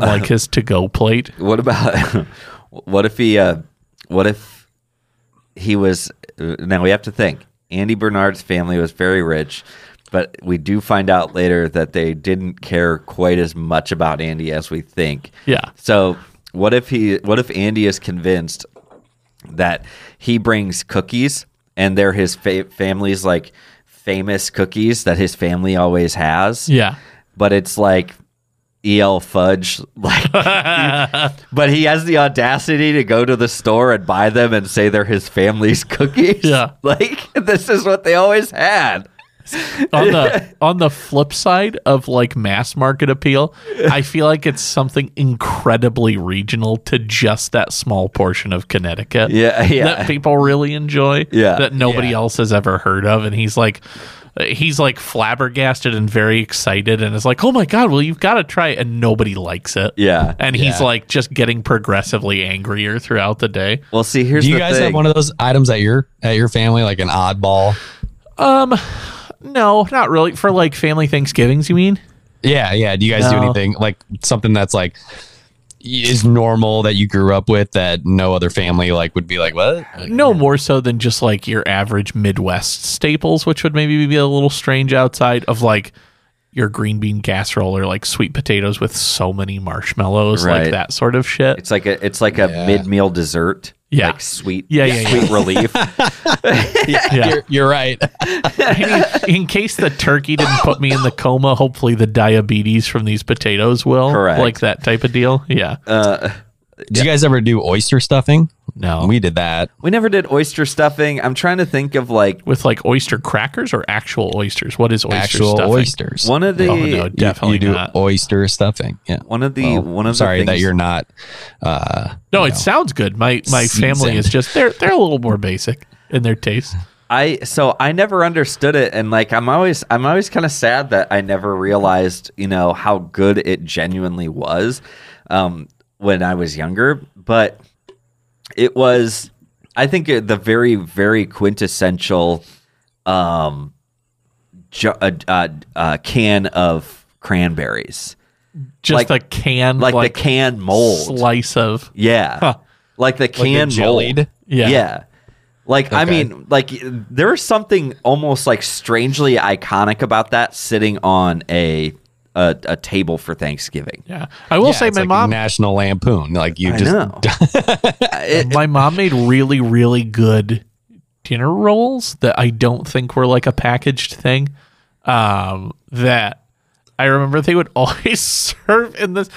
Speaker 3: like his to go plate.
Speaker 2: What about what if he? Uh, what if he was? Now we have to think. Andy Bernard's family was very rich, but we do find out later that they didn't care quite as much about Andy as we think.
Speaker 3: Yeah.
Speaker 2: So what if he? What if Andy is convinced that he brings cookies and they're his fa- family's like famous cookies that his family always has?
Speaker 3: Yeah.
Speaker 2: but it's like el fudge like but he has the audacity to go to the store and buy them and say they're his family's cookies
Speaker 3: Yeah.
Speaker 2: like this is what they always had
Speaker 3: on the on the flip side of like mass market appeal, I feel like it's something incredibly regional to just that small portion of Connecticut.
Speaker 2: yeah
Speaker 3: That
Speaker 2: yeah
Speaker 3: people really enjoy.
Speaker 2: Yeah.
Speaker 3: That nobody else has ever heard of. And he's like he's like flabbergasted and very excited and is like, Oh my god, well you've gotta try it and nobody likes it.
Speaker 2: yeah
Speaker 3: And he's like just getting progressively angrier throughout the day.
Speaker 2: well see here's
Speaker 1: Do you
Speaker 2: the
Speaker 1: guys
Speaker 2: thing
Speaker 1: have one of those items at your at your family, like an oddball?
Speaker 3: No, not really. For like family Thanksgivings, you mean?
Speaker 1: Yeah, yeah. Do you guys do
Speaker 3: No.
Speaker 1: anything like something that's like is normal that you grew up with that no other family like would be like what?
Speaker 3: No more so than just like your average Midwest staples, which would maybe be a little strange outside of like your green bean casserole or like sweet potatoes with so many marshmallows,
Speaker 2: Right.
Speaker 3: like that sort of shit.
Speaker 2: it's like a it's like a
Speaker 1: Yeah.
Speaker 2: mid-meal dessert
Speaker 3: Yeah.
Speaker 2: like sweet
Speaker 3: Yeah, yeah,
Speaker 2: sweet relief
Speaker 3: yeah.
Speaker 1: You're, you're right.
Speaker 3: in, in case the turkey didn't put me in the coma, hopefully the diabetes from these potatoes will.
Speaker 2: Correct.
Speaker 3: Like that type of deal. Yeah.
Speaker 2: Uh,
Speaker 1: Do you guys ever do oyster stuffing?
Speaker 3: no.
Speaker 1: We did that.
Speaker 2: we never did oyster stuffing i'm trying to think of like
Speaker 3: with like oyster crackers or actual oysters? What is oyster
Speaker 1: actual
Speaker 3: stuffing?
Speaker 1: oysters.
Speaker 2: one of the
Speaker 3: Oh no,
Speaker 1: You-
Speaker 3: definitely
Speaker 1: you do Oh,
Speaker 3: not.
Speaker 1: oyster stuffing. Yeah.
Speaker 2: one of the one of
Speaker 1: Sorry
Speaker 2: the
Speaker 1: that
Speaker 2: things-
Speaker 1: you're not. Uh,
Speaker 3: No, it sounds good. My my family is
Speaker 1: Seasoned.
Speaker 3: just they're they're a little more basic in their taste.
Speaker 2: I so I never understood it and like I'm always I'm always kind of sad that I never realized, you know, how good it genuinely was um when I was younger, but it was I think it- the very very quintessential um ju- uh, uh, uh, can of cranberries.
Speaker 3: Just
Speaker 2: Like-
Speaker 3: a can
Speaker 2: Like, the can mold.
Speaker 3: slice of
Speaker 2: yeah.
Speaker 3: Huh.
Speaker 2: Like the can mold.
Speaker 1: jellied?
Speaker 3: yeah.
Speaker 2: Like I
Speaker 1: Okay.
Speaker 2: mean, like there was something almost like strangely iconic about that sitting on a a, a table for Thanksgiving.
Speaker 3: Yeah. I will
Speaker 1: Yeah,
Speaker 3: say
Speaker 1: it's
Speaker 3: my
Speaker 1: like
Speaker 3: mom
Speaker 1: National Lampoon. Like you
Speaker 2: I
Speaker 1: just
Speaker 2: know.
Speaker 3: eh, my mom made really really good dinner rolls that I don't think were like a packaged thing. Um that I remember they would always serve in this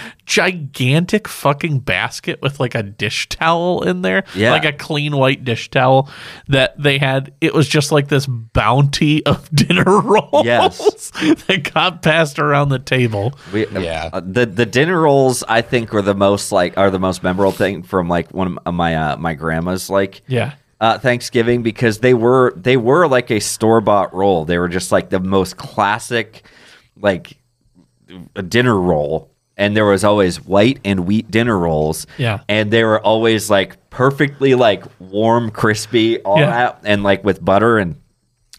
Speaker 3: gigantic fucking basket with like a dish towel in there,
Speaker 2: Yeah.
Speaker 3: like a clean white dish towel that they had. It was just like this bounty of dinner rolls
Speaker 2: Yes.
Speaker 3: that got passed around the table.
Speaker 2: We,
Speaker 1: Yeah.
Speaker 2: uh, the the dinner rolls I think were the most like are the most memorable thing from like one of my uh, my grandma's like
Speaker 3: Yeah.
Speaker 2: uh, Thanksgiving because they were they were like a store bought roll. They were just like the most classic, like a dinner roll. And there was always white and wheat dinner rolls.
Speaker 3: Yeah.
Speaker 2: and they were always like perfectly like warm, crispy, all
Speaker 3: Yeah.
Speaker 2: that, and like with butter and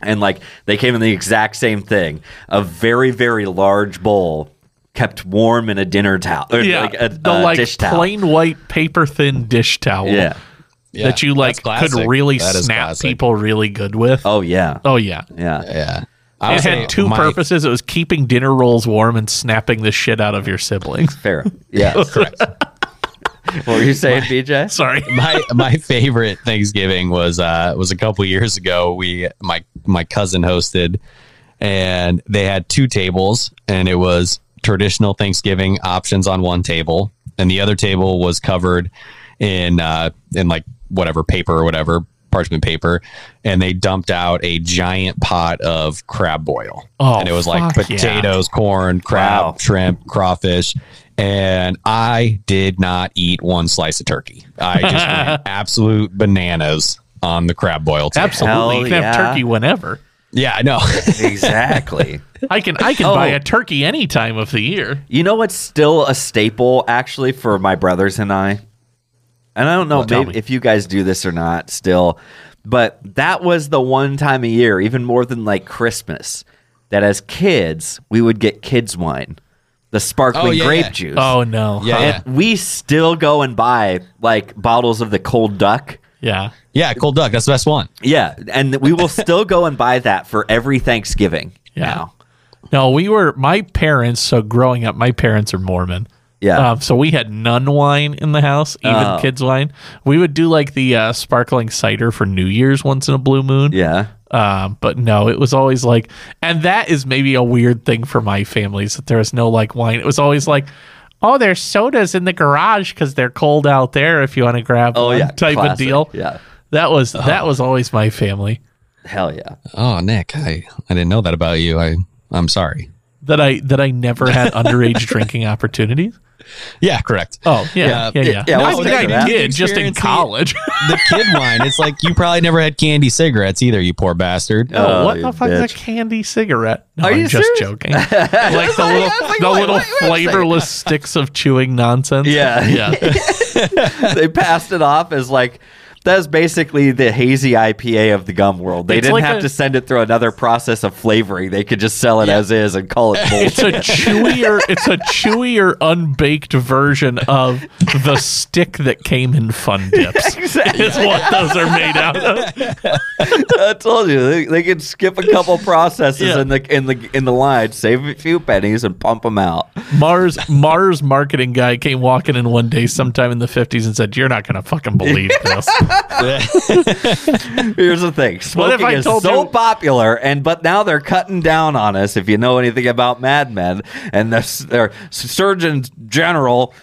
Speaker 2: and like they came in the exact same thing. A very very large bowl kept warm in a dinner towel, or
Speaker 3: Yeah.
Speaker 2: like a,
Speaker 3: the
Speaker 2: a
Speaker 3: like
Speaker 2: dish towel.
Speaker 3: plain white paper thin dish towel.
Speaker 2: yeah,
Speaker 1: Yeah,
Speaker 3: that you like
Speaker 1: that's classic.
Speaker 3: could really
Speaker 1: That is
Speaker 3: snap
Speaker 1: classic.
Speaker 3: people really good with.
Speaker 2: Oh yeah,
Speaker 3: Oh, yeah.
Speaker 2: yeah.
Speaker 1: Yeah. I
Speaker 3: It
Speaker 1: would say
Speaker 3: had two
Speaker 1: my-
Speaker 3: purposes. It was keeping dinner rolls warm and snapping the shit out of your siblings.
Speaker 2: Fair. Yeah.
Speaker 1: Correct.
Speaker 2: What were you saying, BJ?
Speaker 3: Sorry.
Speaker 1: my my favorite Thanksgiving was uh was a couple years ago. We my my cousin hosted and they had two tables and it was traditional Thanksgiving options on one table and the other table was covered in uh in like whatever paper or whatever parchment paper and they dumped out a giant pot of crab boil
Speaker 3: Oh,
Speaker 1: and it was like
Speaker 3: fuck yeah.
Speaker 1: potatoes corn crab
Speaker 2: Wow.
Speaker 1: shrimp crawfish and i did not eat one slice of turkey i just went absolute bananas on the crab boil table.
Speaker 3: Absolutely.
Speaker 2: Hell
Speaker 3: You can have
Speaker 2: yeah.
Speaker 3: turkey whenever.
Speaker 1: yeah i know
Speaker 2: Exactly.
Speaker 3: I can I can
Speaker 2: Oh.
Speaker 3: buy a turkey any time of the year.
Speaker 2: You know what's still a staple actually for my brothers and I? And I don't know
Speaker 3: tell
Speaker 2: maybe
Speaker 3: me.
Speaker 2: if you guys do this or not still, but that was the one time a year, even more than like Christmas, that as kids we would get kids wine, the sparkling
Speaker 1: Oh, yeah,
Speaker 2: grape
Speaker 1: yeah.
Speaker 2: juice.
Speaker 3: Oh no.
Speaker 1: Yeah,
Speaker 3: Huh.
Speaker 1: yeah.
Speaker 2: And we still go and buy like bottles of the cold duck.
Speaker 3: yeah.
Speaker 1: yeah cold duck that's the best one
Speaker 2: Yeah, and we will still go and buy that for every Thanksgiving.
Speaker 3: Yeah.
Speaker 2: now.
Speaker 3: No, we were my parents. So growing up, my parents are Mormon.
Speaker 2: Yeah.
Speaker 3: Um, so we had none wine in the house, even
Speaker 2: Oh.
Speaker 3: kids wine. We would do like the uh, sparkling cider for New Year's once in a blue moon.
Speaker 2: Yeah.
Speaker 3: Um, but no, it was always like, and that is maybe a weird thing for my family is that there was no like wine. It was always like, oh, there's sodas in the garage because they're cold out there. If you want to grab
Speaker 2: Oh
Speaker 3: one
Speaker 2: yeah.
Speaker 3: type of
Speaker 2: classic.
Speaker 3: deal.
Speaker 2: Yeah.
Speaker 3: That was that was always my family.
Speaker 2: Hell yeah.
Speaker 1: oh nick i i didn't know that about you i i'm sorry
Speaker 3: That I that I never had underage drinking opportunities.
Speaker 1: yeah correct
Speaker 3: Oh
Speaker 1: Yeah.
Speaker 3: yeah, yeah, yeah.
Speaker 2: Yeah,
Speaker 3: I
Speaker 2: we'll
Speaker 3: think
Speaker 2: stick to
Speaker 3: I
Speaker 2: that.
Speaker 3: did just in
Speaker 1: Experience the-
Speaker 3: college.
Speaker 1: the kid wine. It's like you probably never had candy cigarettes either, you poor bastard.
Speaker 2: Oh,
Speaker 3: Oh, what
Speaker 2: you
Speaker 3: the fuck is a
Speaker 2: bitch.
Speaker 3: candy cigarette? No,
Speaker 2: Are
Speaker 3: I'm
Speaker 2: you
Speaker 3: just
Speaker 2: serious?
Speaker 3: joking. like the little, the little flavorless sticks of chewing nonsense.
Speaker 2: Yeah.
Speaker 3: yeah.
Speaker 2: they passed it off as like that's basically the hazy IPA of the gum world. They
Speaker 3: It's
Speaker 2: didn't
Speaker 3: like
Speaker 2: have
Speaker 3: a-
Speaker 2: to send it through another process of flavoring. They could just sell it as is and call it
Speaker 3: It's
Speaker 2: bullshit.
Speaker 3: a chewier, it's a chewier, unbaked version of the stick that came in Fun Dips.
Speaker 2: Exactly.
Speaker 3: Is what those are made out of.
Speaker 2: I told you they, they could skip a couple processes
Speaker 3: Yeah.
Speaker 2: in the in the in the line, save a few pennies, and pump them out.
Speaker 3: Mars Mars marketing guy came walking in one day, sometime in the fifties, and said, "You're not gonna fucking believe this."
Speaker 2: Here's the thing:
Speaker 3: What if
Speaker 2: smoking
Speaker 3: I
Speaker 2: is
Speaker 3: told
Speaker 2: so
Speaker 3: you-
Speaker 2: popular, and but now they're cutting down on us. If you know anything about Mad Men, and the, s- their Surgeon General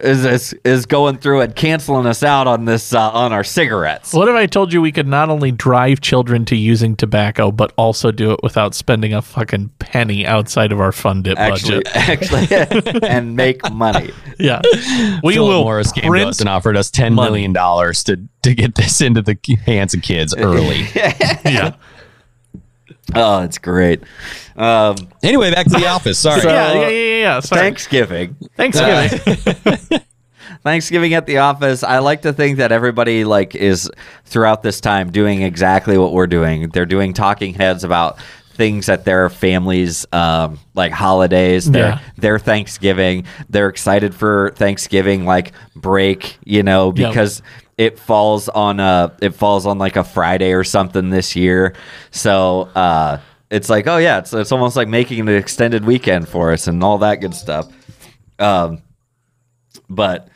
Speaker 2: is, is is going through and canceling us out on this uh, on our cigarettes.
Speaker 3: What if I told you we could not only drive children to using tobacco, but also do it without spending a fucking penny outside of our fun dip
Speaker 2: actually,
Speaker 3: budget?
Speaker 2: actually, and make money.
Speaker 3: Yeah, we
Speaker 1: Philip
Speaker 3: will
Speaker 1: Morris came to us
Speaker 3: print.
Speaker 1: and offered us ten
Speaker 3: money.
Speaker 1: million dollars to to get this into the hands of kids early.
Speaker 3: Yeah,
Speaker 2: Oh, it's great. Um,
Speaker 1: anyway, back to the office. Sorry.
Speaker 2: So-
Speaker 3: yeah, yeah, yeah, yeah. yeah. Sorry.
Speaker 2: Thanksgiving.
Speaker 1: Uh,
Speaker 3: Thanksgiving.
Speaker 2: Thanksgiving at the office. I like to think that everybody like is throughout this time doing exactly what we're doing. They're doing talking heads about things at their families um, like holidays, their
Speaker 3: Yeah.
Speaker 2: their Thanksgiving. They're excited for Thanksgiving like break, you know,
Speaker 3: Yeah.
Speaker 2: because it falls on a it falls on like a Friday or something this year. So uh it's like, oh yeah, it's it's almost like making an extended weekend for us and all that good stuff. Um but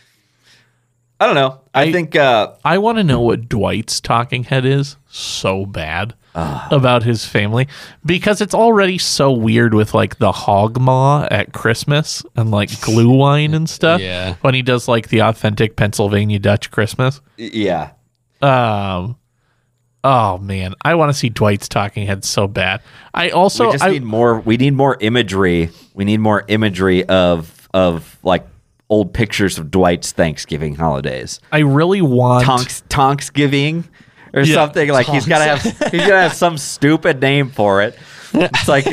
Speaker 2: I don't know. I,
Speaker 3: I-
Speaker 2: think uh,
Speaker 3: I want to know what Dwight's talking head is so bad
Speaker 1: Ah.
Speaker 3: about his family because it's already so weird with like the hog maw at Christmas and like glue wine and stuff.
Speaker 1: Yeah.
Speaker 3: When he does like the authentic Pennsylvania Dutch Christmas.
Speaker 2: y- yeah,
Speaker 3: Um, oh man, I want to see Dwight's talking head so bad. I also
Speaker 2: we just
Speaker 3: I,
Speaker 2: need more. We need more imagery. We need more imagery of of like old pictures of Dwight's Thanksgiving holidays,
Speaker 3: I really want
Speaker 2: Tonks Tonksgiving or
Speaker 3: Yeah,
Speaker 2: something. Like he's gotta have he's gotta have some stupid name for it. It's like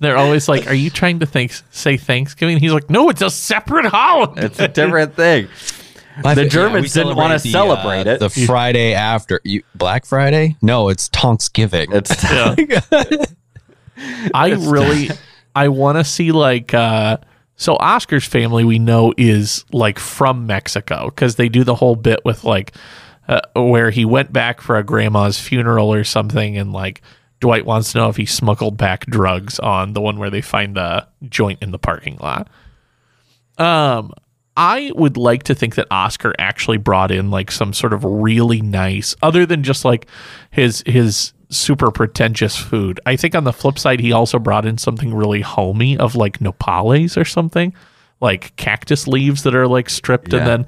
Speaker 3: They're always like, "Are you trying to thanks say Thanksgiving?" He's like, "No, it's a separate holiday."
Speaker 2: it's a different thing.
Speaker 1: My-
Speaker 2: the
Speaker 1: yeah,
Speaker 2: Germans
Speaker 1: we
Speaker 2: didn't wanna
Speaker 1: the, uh,
Speaker 2: celebrate it.
Speaker 1: The Friday after you, Black Friday? No, it's Tonksgiving.
Speaker 2: It's
Speaker 3: I really, I want to see like uh, So Oscar's family we know is like from Mexico because they do the whole bit with like uh, where he went back for a grandma's funeral or something, and like Dwight wants to know if he smuggled back drugs on the one where they find the joint in the parking lot. Um, I would like to think that Oscar actually brought in like some sort of really nice, other than just like his his super pretentious food. I think on the flip side, he also brought in something really homey of like nopales or something, like cactus leaves that are like stripped
Speaker 2: Yeah.
Speaker 3: and then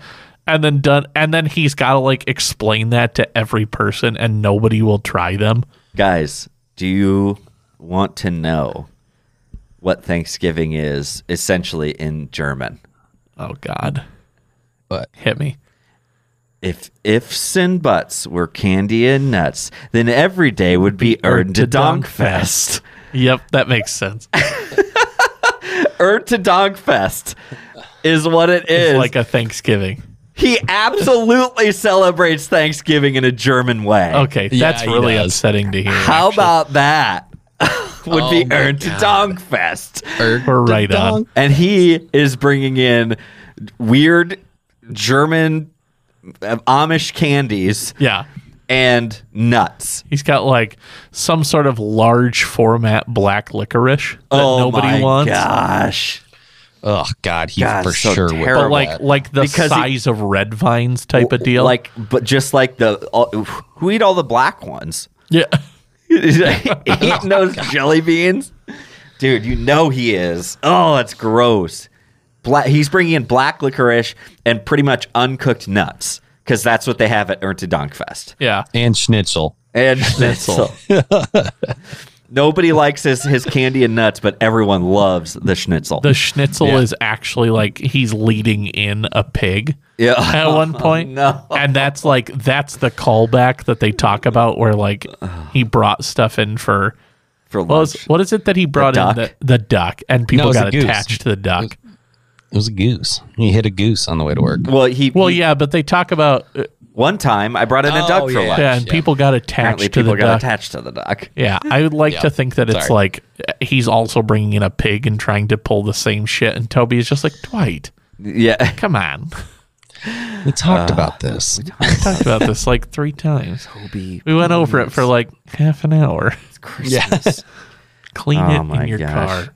Speaker 3: and then done and then he's got to like explain that to every person and nobody will try them.
Speaker 2: Guys, do you want to know what Thanksgiving is essentially in German?
Speaker 3: Oh God,
Speaker 1: But
Speaker 3: hit me.
Speaker 2: If ifs and buts were candy and nuts, then every day would be Erd to Donkfest.
Speaker 3: Yep, that makes sense.
Speaker 2: Erd to Donkfest is what it is.
Speaker 3: It's like a Thanksgiving.
Speaker 2: he absolutely celebrates Thanksgiving in a German way.
Speaker 3: Okay,
Speaker 1: Yeah,
Speaker 3: that's
Speaker 1: he
Speaker 3: really
Speaker 1: does.
Speaker 3: upsetting to hear.
Speaker 2: How
Speaker 3: actually.
Speaker 2: about that? would
Speaker 1: Oh
Speaker 2: be
Speaker 1: my
Speaker 2: Erd to Donkfest.
Speaker 3: we're right on?
Speaker 2: and he is bringing in weird German uh, Amish candies
Speaker 3: Yeah,
Speaker 2: and nuts.
Speaker 3: he's got like some sort of large format black licorice that
Speaker 2: oh
Speaker 3: nobody
Speaker 2: my
Speaker 3: wants.
Speaker 2: gosh!
Speaker 1: Oh God, he
Speaker 2: God,
Speaker 1: for
Speaker 2: so
Speaker 1: sure would.
Speaker 2: terrible.
Speaker 3: But like like the
Speaker 2: Because he-
Speaker 3: size of red vines type of deal.
Speaker 2: Like, but just like the all, who eat all the black ones?
Speaker 3: yeah,
Speaker 2: Eating those jelly beans, dude. You know he is. Oh, that's gross. Black, he's bringing in black licorice and pretty much uncooked nuts because that's what they have at Ernte Donkfest.
Speaker 3: yeah.
Speaker 1: and schnitzel.
Speaker 2: and schnitzel. Nobody likes his, his candy and nuts, but everyone loves the schnitzel.
Speaker 3: The schnitzel
Speaker 1: Yeah.
Speaker 3: is actually like he's leading in a pig.
Speaker 2: yeah.
Speaker 3: at one point.
Speaker 2: no.
Speaker 3: And that's like that's the callback that they talk about where like he brought stuff in for
Speaker 2: for
Speaker 3: what, was,
Speaker 2: lunch.
Speaker 3: what is it that he brought
Speaker 2: duck?
Speaker 3: in the, the duck and
Speaker 1: No, it
Speaker 3: people
Speaker 1: was
Speaker 3: got
Speaker 1: a goose.
Speaker 3: attached to the duck.
Speaker 1: It was a goose. He hit a goose on the way to work.
Speaker 2: Well, he,
Speaker 3: Well,
Speaker 2: he-
Speaker 3: yeah, but they talk about uh,
Speaker 2: One time, I brought in a
Speaker 1: Oh,
Speaker 2: duck for
Speaker 1: yeah.
Speaker 2: lunch.
Speaker 3: yeah, and
Speaker 1: yeah.
Speaker 3: people got
Speaker 2: Apparently,
Speaker 3: attached to
Speaker 2: people
Speaker 3: the
Speaker 2: got
Speaker 3: duck.
Speaker 2: attached to the duck.
Speaker 3: Yeah, I would like
Speaker 1: Yeah.
Speaker 3: to think that it's
Speaker 1: Sorry.
Speaker 3: like uh, he's also bringing in a pig and trying to pull the same shit, and Toby is just like Dwight,
Speaker 2: Yeah,
Speaker 3: come on.
Speaker 1: We
Speaker 2: Uh,
Speaker 1: talked about this.
Speaker 3: We talked about this like three times. we went over it for like half an hour.
Speaker 1: Yes.
Speaker 3: Clean
Speaker 2: Oh
Speaker 3: it
Speaker 2: my
Speaker 3: in your
Speaker 2: gosh. Uh,
Speaker 3: car.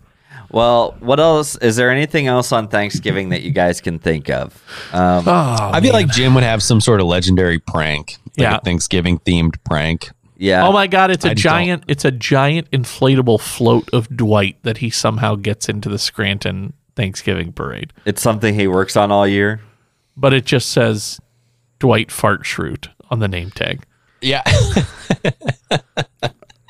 Speaker 2: Well, what else? Is there anything else on Thanksgiving that you guys can think of? Um,
Speaker 3: Oh,
Speaker 1: I feel like Jim would have some sort of legendary prank, like
Speaker 3: Yeah.
Speaker 1: a Thanksgiving themed prank.
Speaker 2: yeah.
Speaker 3: Oh my god, it's a
Speaker 1: I don't-
Speaker 3: giant it's a giant inflatable float of Dwight that he somehow gets into the Scranton Thanksgiving parade.
Speaker 2: It's something he works on all year.
Speaker 3: But it just says Dwight Fartschroot on the name tag.
Speaker 1: Yeah.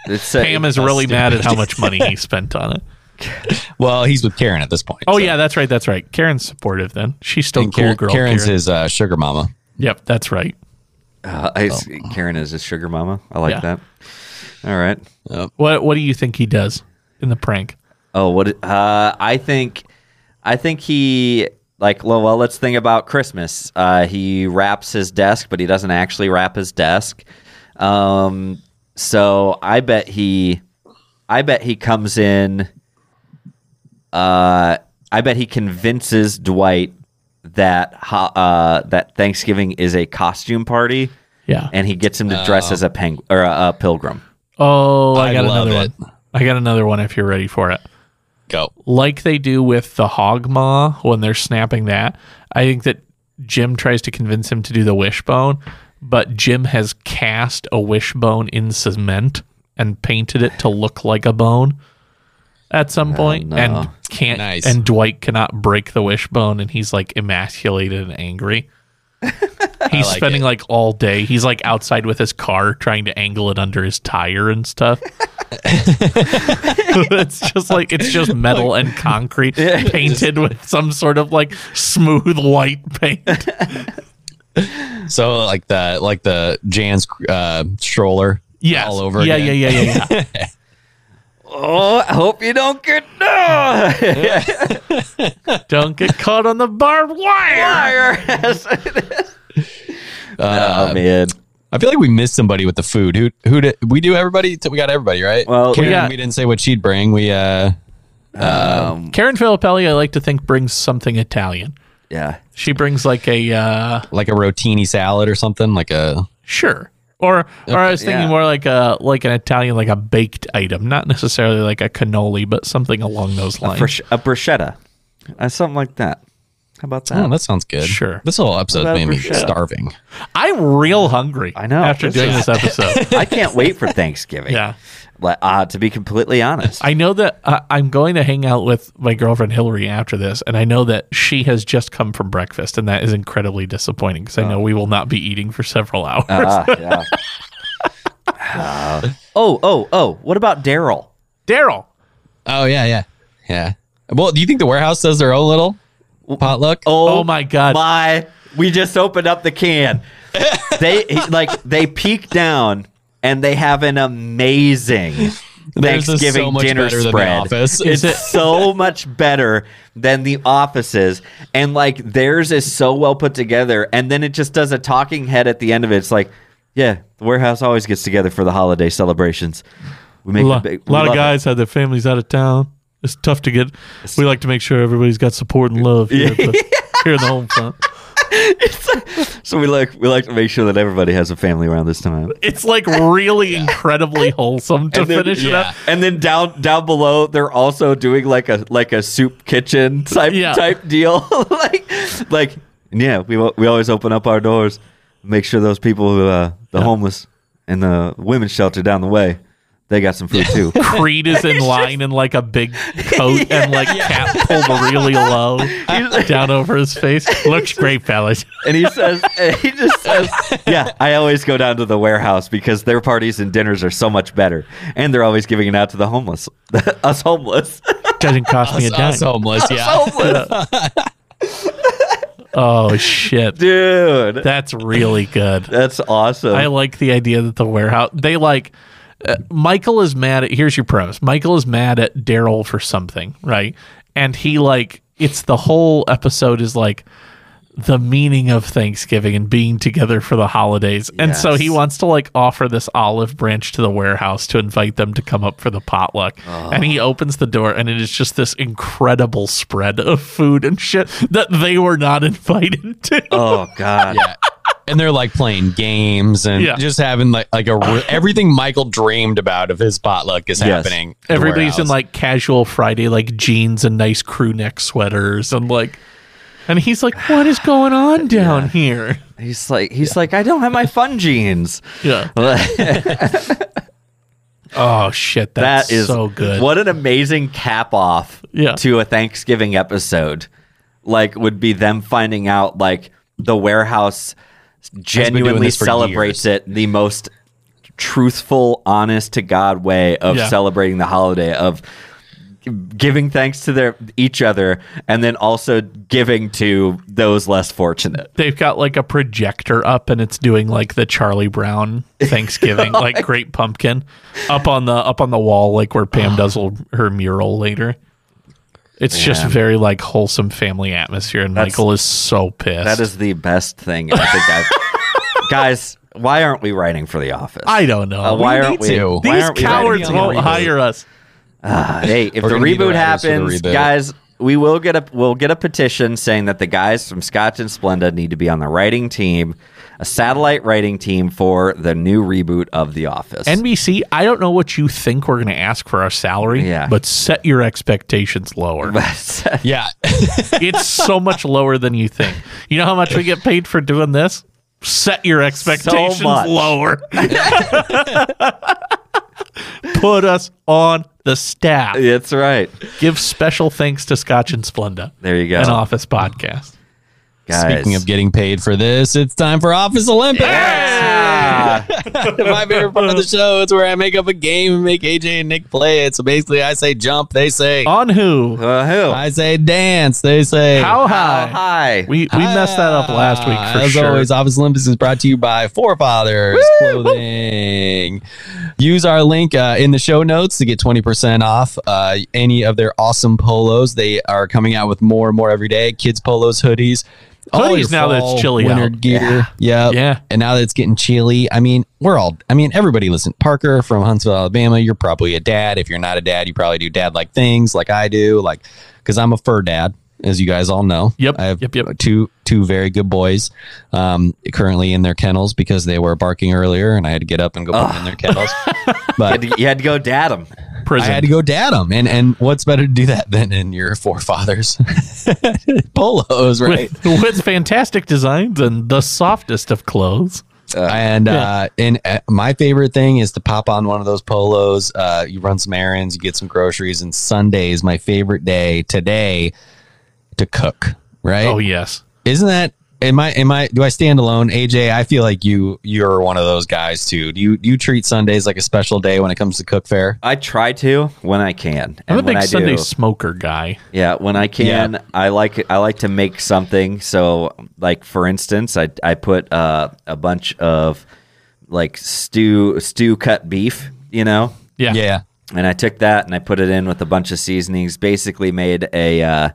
Speaker 2: It's a,
Speaker 3: Pam is really mad at how much money he spent on it.
Speaker 1: well, he's with Karen at this point.
Speaker 3: Oh
Speaker 1: so-
Speaker 3: yeah, that's right, that's right. Karen's supportive then. She's still
Speaker 1: And
Speaker 3: cool
Speaker 1: Karen,
Speaker 3: girl.
Speaker 1: Karen's
Speaker 3: Karen.
Speaker 1: his uh, sugar mama.
Speaker 3: Yep, that's right.
Speaker 2: Uh, I, Karen is his sugar mama. I like
Speaker 3: Oh. Yeah.
Speaker 2: that. All right.
Speaker 3: What what do you think he does in the prank?
Speaker 2: Oh, what? Uh, I think, I think he like. Well, well let's think about Christmas. Uh, he wraps his desk, but he doesn't actually wrap his desk. Um, so I bet he, I bet he comes in. Uh, I bet he convinces Dwight that ho- uh, that Thanksgiving is a costume party,
Speaker 3: Yeah.
Speaker 2: and he gets him to dress as a penguin or a, a pilgrim.
Speaker 3: Oh, I
Speaker 1: I
Speaker 3: got
Speaker 1: love
Speaker 3: another
Speaker 1: it.
Speaker 3: one. I got another one if you're ready for it.
Speaker 1: Go.
Speaker 3: like they do with the hog maw when they're snapping that. I think that Jim tries to convince him to do the wishbone, but Jim has cast a wishbone in cement and painted it to look like a bone at some point
Speaker 2: no.
Speaker 3: and can't
Speaker 1: Nice.
Speaker 3: and Dwight cannot break the wishbone and he's like emasculated and angry. He's
Speaker 1: like
Speaker 3: spending
Speaker 1: it.
Speaker 3: like all day. He's like outside with his car trying to angle it under his tire and stuff. it's just like it's just metal and concrete painted with some sort of like smooth white paint.
Speaker 1: So like the like the Jan's uh, stroller.
Speaker 3: Yes.
Speaker 1: All over
Speaker 3: yeah,
Speaker 1: again.
Speaker 3: yeah, yeah, yeah, yeah.
Speaker 2: Oh, I hope you don't get no.
Speaker 3: Don't get caught on the barbed wire.
Speaker 2: oh man.
Speaker 1: I feel like we missed somebody with the food. Who who did we do everybody? We got everybody right.
Speaker 2: Well, we
Speaker 1: Karen, we,
Speaker 3: got-
Speaker 1: didn't say what she'd bring. We uh
Speaker 3: Karen Filippelli, I like to think, brings something Italian.
Speaker 2: Yeah.
Speaker 3: She brings like a uh,
Speaker 1: like a rotini salad or something, like a
Speaker 3: sure, or or I was thinking
Speaker 2: yeah.
Speaker 3: more like a like an Italian, like a baked item, not necessarily like a cannoli, but something along those
Speaker 2: A,
Speaker 3: lines.
Speaker 2: brush- a bruschetta. Uh, something like that. How about that?
Speaker 1: Oh, that sounds good.
Speaker 3: Sure.
Speaker 1: This whole episode
Speaker 2: Without
Speaker 1: made me
Speaker 2: bruschetta.
Speaker 1: starving.
Speaker 3: I'm real hungry.
Speaker 2: I know.
Speaker 3: after
Speaker 2: This
Speaker 3: doing
Speaker 2: is-
Speaker 3: this episode.
Speaker 2: I can't wait for Thanksgiving.
Speaker 3: Yeah.
Speaker 2: Like, uh, to be completely honest.
Speaker 3: I know that uh, I'm going to hang out with my girlfriend Hillary after this, and I know that she has just come from breakfast, and that is incredibly disappointing
Speaker 2: Oh.
Speaker 3: because I know we will not be eating for several hours.
Speaker 2: Ah, yeah. Ah. oh, oh, oh. What about Daryl?
Speaker 3: Daryl,
Speaker 1: Oh yeah, yeah, yeah. Well, do you think the warehouse does their own little potluck?
Speaker 3: Oh my God.
Speaker 2: My, we just opened up the can. they like they peek down and they have an amazing
Speaker 1: Theirs is
Speaker 2: Thanksgiving
Speaker 1: so much
Speaker 2: dinner
Speaker 1: better than The
Speaker 2: spread.
Speaker 1: Office.
Speaker 2: It's
Speaker 3: it-
Speaker 2: so much better than the offices, and like theirs is so well put together. And then it just does a talking head at the end of it. It's like, yeah, the warehouse always gets together for the holiday celebrations. We
Speaker 3: a
Speaker 2: make
Speaker 3: lot,
Speaker 2: big-
Speaker 3: a
Speaker 2: we
Speaker 3: lot of
Speaker 2: love it.
Speaker 3: guys had their families out of town. It's tough to get. We like to make sure everybody's got support and love here, at the, here in the home front.
Speaker 2: So we like we like to make sure that everybody has a family around this time.
Speaker 3: It's like really incredibly wholesome to
Speaker 2: And then-
Speaker 3: finish it up.
Speaker 2: And then down down below, they're also doing like a like a soup kitchen type
Speaker 3: Yeah.
Speaker 2: type deal. like like yeah, we al- we always open up our doors, make sure those people who uh, the homeless and the women's shelter down the way, they got some food too.
Speaker 3: Creed is in line in like a big coat and like cap pulled really low down over his face. Looks great, fellas.
Speaker 2: and he says and he just says, "Yeah, I always go down to the warehouse because their parties and dinners are so much better, and they're always giving it out to the homeless, us homeless."
Speaker 3: Doesn't cost me a
Speaker 1: Us-
Speaker 3: dime.
Speaker 1: us homeless, yeah.
Speaker 3: Oh shit,
Speaker 2: Dude,
Speaker 3: that's really good.
Speaker 2: that's awesome.
Speaker 3: I like the idea that the warehouse they like. Uh, Michael is mad at. Here's your premise. Michael is mad at Daryl for something, right? And he like it's the whole episode is like the meaning of Thanksgiving and being together for the holidays. And so
Speaker 2: Yes.
Speaker 3: he wants to like offer this olive branch to the warehouse to invite them to come up for the potluck. And he opens the door and it is just this incredible spread of food and shit that they were not invited to.
Speaker 2: oh God.
Speaker 1: yeah. And they're like playing games and
Speaker 3: Yeah.
Speaker 1: just having like like a re- everything Michael dreamed about of his potluck is
Speaker 2: Yes.
Speaker 1: happening. at the
Speaker 3: Everybody's in
Speaker 1: warehouse.
Speaker 3: like casual Friday like jeans and nice crew neck sweaters and like and he's like, What is going on down here?
Speaker 2: He's like, he's like, I don't have my fun jeans.
Speaker 3: Yeah.
Speaker 2: that
Speaker 3: Oh shit, that's
Speaker 2: is
Speaker 3: so good.
Speaker 2: What an amazing cap off
Speaker 3: Yeah.
Speaker 2: to a Thanksgiving episode. Like, would be them finding out like the warehouse genuinely
Speaker 1: this for
Speaker 2: celebrates it the most truthful, honest to God way of
Speaker 3: Yeah.
Speaker 2: celebrating the holiday of giving thanks to their each other and then also giving to those less fortunate.
Speaker 3: they've got like a projector up and it's doing like the Charlie Brown
Speaker 2: Oh
Speaker 3: Thanksgiving, like Great Pumpkin, up on the up on the wall, like where Pam does l- her mural later. It's just very like wholesome family atmosphere, and
Speaker 2: That's-
Speaker 3: Michael is so pissed.
Speaker 2: That is the best thing. I think I've, guys, why aren't we writing for The Office?
Speaker 3: I don't know.
Speaker 2: Uh, why
Speaker 1: We
Speaker 2: aren't
Speaker 1: need
Speaker 2: we?
Speaker 1: to.
Speaker 2: why
Speaker 3: These
Speaker 2: aren't we writing
Speaker 3: cowards
Speaker 2: for the
Speaker 3: won't
Speaker 2: reboot?
Speaker 3: hire us.
Speaker 2: Ah, hey, if
Speaker 1: We're
Speaker 2: the
Speaker 1: gonna need to write this
Speaker 2: reboot
Speaker 1: for the
Speaker 2: happens,
Speaker 1: reboot.
Speaker 2: guys, we will get a we'll get a petition saying that the guys from Scotch and Splenda need to be on the writing team, a satellite writing team for the new reboot of The Office.
Speaker 3: NBC, I don't know what you think we're going to ask for our salary,
Speaker 2: Yeah.
Speaker 3: but set your expectations lower.
Speaker 1: yeah.
Speaker 3: it's so much lower than you think. You know how much we get paid for doing this? Set your expectations
Speaker 2: much.
Speaker 3: lower. Put us on the staff.
Speaker 2: That's right.
Speaker 3: Give special thanks to Scotch and Splenda,
Speaker 2: There you go.
Speaker 3: an office podcast.
Speaker 2: guys.
Speaker 1: Speaking of getting paid for this, it's time for Office Olympics.
Speaker 2: Ah,
Speaker 1: My favorite part of the show is where I make up a game and make AJ and Nick play it. So basically, I say jump, they say.
Speaker 3: On who?
Speaker 2: uh, who? Oh,
Speaker 1: I Oh, say dance, they say.
Speaker 3: How
Speaker 2: How
Speaker 3: high?
Speaker 2: high?
Speaker 3: We we messed that up last week
Speaker 1: Ah,
Speaker 3: for
Speaker 1: As
Speaker 3: sure.
Speaker 1: always, Office Olympus is brought to you by Forefathers Clothing. Use our link uh, in the show notes to get 20% off uh, any of their awesome polos. They are coming out with more and more every day. Kids polos, hoodies, All
Speaker 3: Hoodies
Speaker 1: your
Speaker 3: now that it's
Speaker 1: fall,
Speaker 3: chilly
Speaker 1: winter
Speaker 3: out.
Speaker 1: gear. Yeah.
Speaker 3: Yeah.
Speaker 1: And now that it's getting chilly, I mean, we're all, I mean, everybody listen. Parker from Huntsville, Alabama, you're probably a dad. If you're not a dad, you probably do dad like things like I do, like, because I'm a fur dad, as you guys all know.
Speaker 3: Yep,
Speaker 1: I have
Speaker 3: yep, yep.
Speaker 1: two two very good boys um, currently in their kennels because they were barking earlier and I had to get up and go put them in their kennels. But
Speaker 2: You had to, you had to go dad him.
Speaker 3: Prison.
Speaker 1: I had to go dad him, and and what's better to do that than in your forefathers polos, right?
Speaker 3: with, with fantastic designs and the softest of clothes.
Speaker 1: and uh, and uh, my favorite thing is to pop on one of those polos. Uh, you run some errands, you get some groceries, and Sunday is my favorite day today to cook. Right?
Speaker 3: Oh yes.
Speaker 1: Isn't that? Am I? Am I? Do I stand alone, AJ? I feel like you. You're one of those guys too. Do you? Do you treat Sundays like a special day when it comes to cook fair?
Speaker 2: I try to when I can, and
Speaker 3: I'm a
Speaker 2: when
Speaker 3: big
Speaker 2: I
Speaker 3: Sunday
Speaker 2: do,
Speaker 3: smoker guy.
Speaker 2: yeah, when I can, I like I like to make something. So, like for instance, I I put uh, a bunch of like stew stew cut beef, you know,
Speaker 3: Yeah.
Speaker 1: yeah.
Speaker 2: and I took that and I put it in with a bunch of seasonings. Basically, made a uh,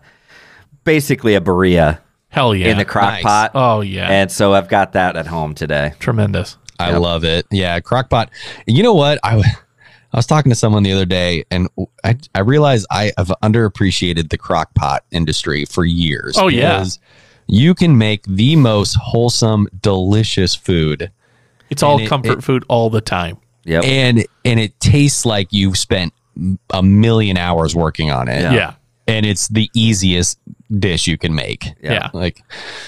Speaker 2: basically a burrito
Speaker 3: Hell yeah.
Speaker 2: in the crock
Speaker 1: nice.
Speaker 2: pot.
Speaker 3: Oh yeah.
Speaker 2: And so I've got that at home today.
Speaker 3: Tremendous.
Speaker 1: I love it. Yeah, crockpot. You know what? I w- I was talking to someone the other day, and I I realized I have underappreciated the crockpot industry for years.
Speaker 3: Oh, yeah.
Speaker 1: because You can make the most wholesome, delicious food,
Speaker 3: It's all
Speaker 1: it-
Speaker 3: comfort food all the time.
Speaker 2: Yep.
Speaker 1: and and it tastes like you've spent a million hours working on it.
Speaker 2: Yeah.
Speaker 3: Yeah.
Speaker 1: and it's the easiest dish you can make.
Speaker 2: Yeah.
Speaker 3: Yeah.
Speaker 1: Like,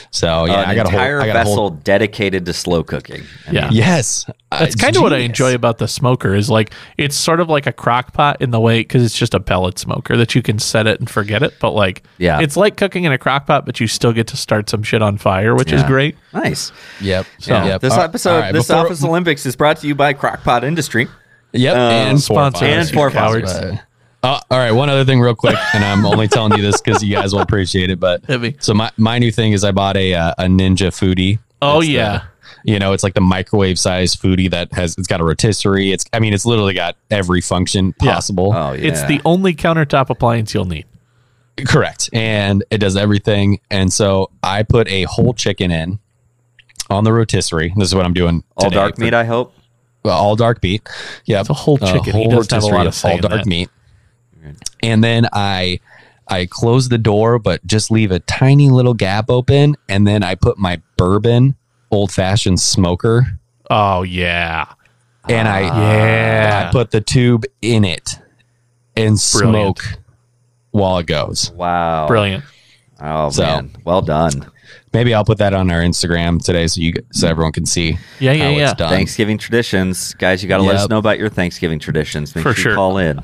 Speaker 1: so yeah,
Speaker 2: An
Speaker 1: I got a whole
Speaker 2: entire
Speaker 1: I got a
Speaker 2: vessel
Speaker 1: whole-
Speaker 2: dedicated to slow cooking. I
Speaker 3: Yeah.
Speaker 1: Yes,
Speaker 3: That's
Speaker 1: Uh,
Speaker 3: kind of what I
Speaker 1: genius.
Speaker 3: enjoy about the smoker is like it's sort of like a crock pot in the way because it's just a pellet smoker that you can set it and forget it. But like,
Speaker 2: Yeah.
Speaker 3: it's like cooking in a crock pot, but you still get to start some shit on fire, which is
Speaker 2: Yeah.
Speaker 3: great.
Speaker 2: Nice.
Speaker 1: Yep.
Speaker 2: Yeah.
Speaker 1: yep.
Speaker 2: This
Speaker 1: All- all
Speaker 2: episode,
Speaker 1: right,
Speaker 2: this
Speaker 1: before-
Speaker 2: Office Olympics is brought to you by Crockpot Industry.
Speaker 1: Yep, and four
Speaker 2: us,
Speaker 3: sponsor
Speaker 2: you And Uh, four cowards.
Speaker 3: cowards.
Speaker 1: Uh, all right, one other thing, real quick, and I'm only telling you this because you guys will appreciate it. But
Speaker 3: Hit me.
Speaker 1: so my, my new thing is I bought a uh, a Ninja Foodie.
Speaker 3: Oh
Speaker 1: It's the-
Speaker 3: yeah.
Speaker 1: you know it's like the microwave size foodie that has it's got a rotisserie. It's I mean it's literally got every function
Speaker 3: Yeah.
Speaker 1: possible.
Speaker 2: Oh, yeah.
Speaker 3: It's the only countertop appliance you'll need.
Speaker 1: Correct. And it does everything. And so I put a whole chicken in on the rotisserie. This is what I'm doing.
Speaker 2: all
Speaker 1: today
Speaker 2: dark
Speaker 1: for-
Speaker 2: meat, I hope.
Speaker 1: all dark meat. Yeah,
Speaker 3: It's a whole chicken. He doesn't have a lot of say
Speaker 1: all
Speaker 3: in
Speaker 1: dark
Speaker 3: that.
Speaker 1: meat. And then I I close the door, but just leave a tiny little gap open, and then I put my bourbon old fashioned smoker,
Speaker 3: Oh yeah.
Speaker 1: and I
Speaker 3: Ah. Yeah.
Speaker 1: I put the tube in it and
Speaker 3: Brilliant.
Speaker 1: smoke while it goes.
Speaker 2: Wow.
Speaker 3: Brilliant.
Speaker 2: Oh,
Speaker 1: So-
Speaker 2: man. Well done.
Speaker 1: Maybe I'll put that on our Instagram today, so you so everyone can see.
Speaker 3: Yeah, yeah,
Speaker 1: how
Speaker 3: yeah.
Speaker 1: It's done.
Speaker 2: Thanksgiving traditions. Guys, you got to let
Speaker 1: Yep.
Speaker 2: us know about your Thanksgiving traditions. Make
Speaker 3: For
Speaker 2: sure
Speaker 3: sure.
Speaker 2: you call in.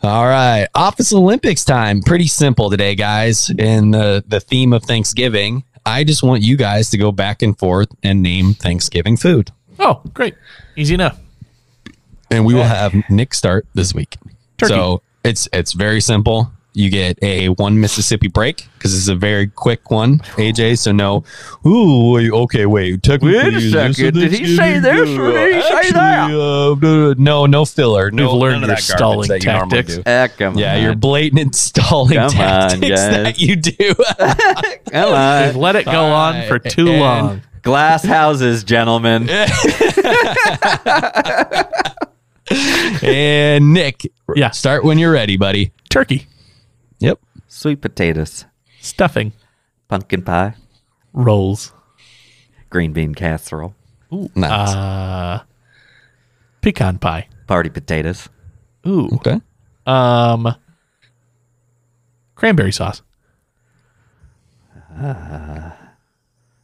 Speaker 1: All right, Office Olympics time. Pretty simple today, guys. In the the theme of Thanksgiving, I just want you guys to go back and forth and name Thanksgiving food,
Speaker 3: Oh, great. Easy enough.
Speaker 1: and we will have Nick start this week.
Speaker 3: Turkey.
Speaker 1: So it's it's very simple. You get a one Mississippi break because this is a very quick one, AJ. So no, ooh, wait, okay, wait. Technically,
Speaker 2: Wait a
Speaker 1: is this
Speaker 2: second, did he say
Speaker 1: Thanksgiving
Speaker 2: this
Speaker 1: food?
Speaker 2: or did he say
Speaker 1: Actually,
Speaker 2: that?
Speaker 1: uh, no, no, no filler. No,
Speaker 3: We've learned
Speaker 1: none of
Speaker 3: your
Speaker 1: that garbage
Speaker 3: stalling
Speaker 1: that you normally
Speaker 3: tactics.
Speaker 1: do.
Speaker 2: Eh, come
Speaker 1: Yeah,
Speaker 2: on.
Speaker 1: your blatant stalling
Speaker 2: Come on,
Speaker 1: tactics
Speaker 2: guys.
Speaker 1: that you do.
Speaker 2: Come on.
Speaker 3: We've let it go on for too
Speaker 1: and-
Speaker 3: long.
Speaker 2: Glass houses, gentlemen.
Speaker 1: and Nick,
Speaker 3: Yeah.
Speaker 1: start when you're ready, buddy.
Speaker 3: Turkey.
Speaker 1: Yep.
Speaker 2: Sweet potatoes,
Speaker 3: Stuffing.
Speaker 2: pumpkin pie,
Speaker 3: Rolls.
Speaker 2: green bean casserole,
Speaker 1: Nice.
Speaker 3: Uh pecan pie.
Speaker 2: party potatoes,
Speaker 3: Ooh.
Speaker 1: okay.
Speaker 3: Um, cranberry sauce.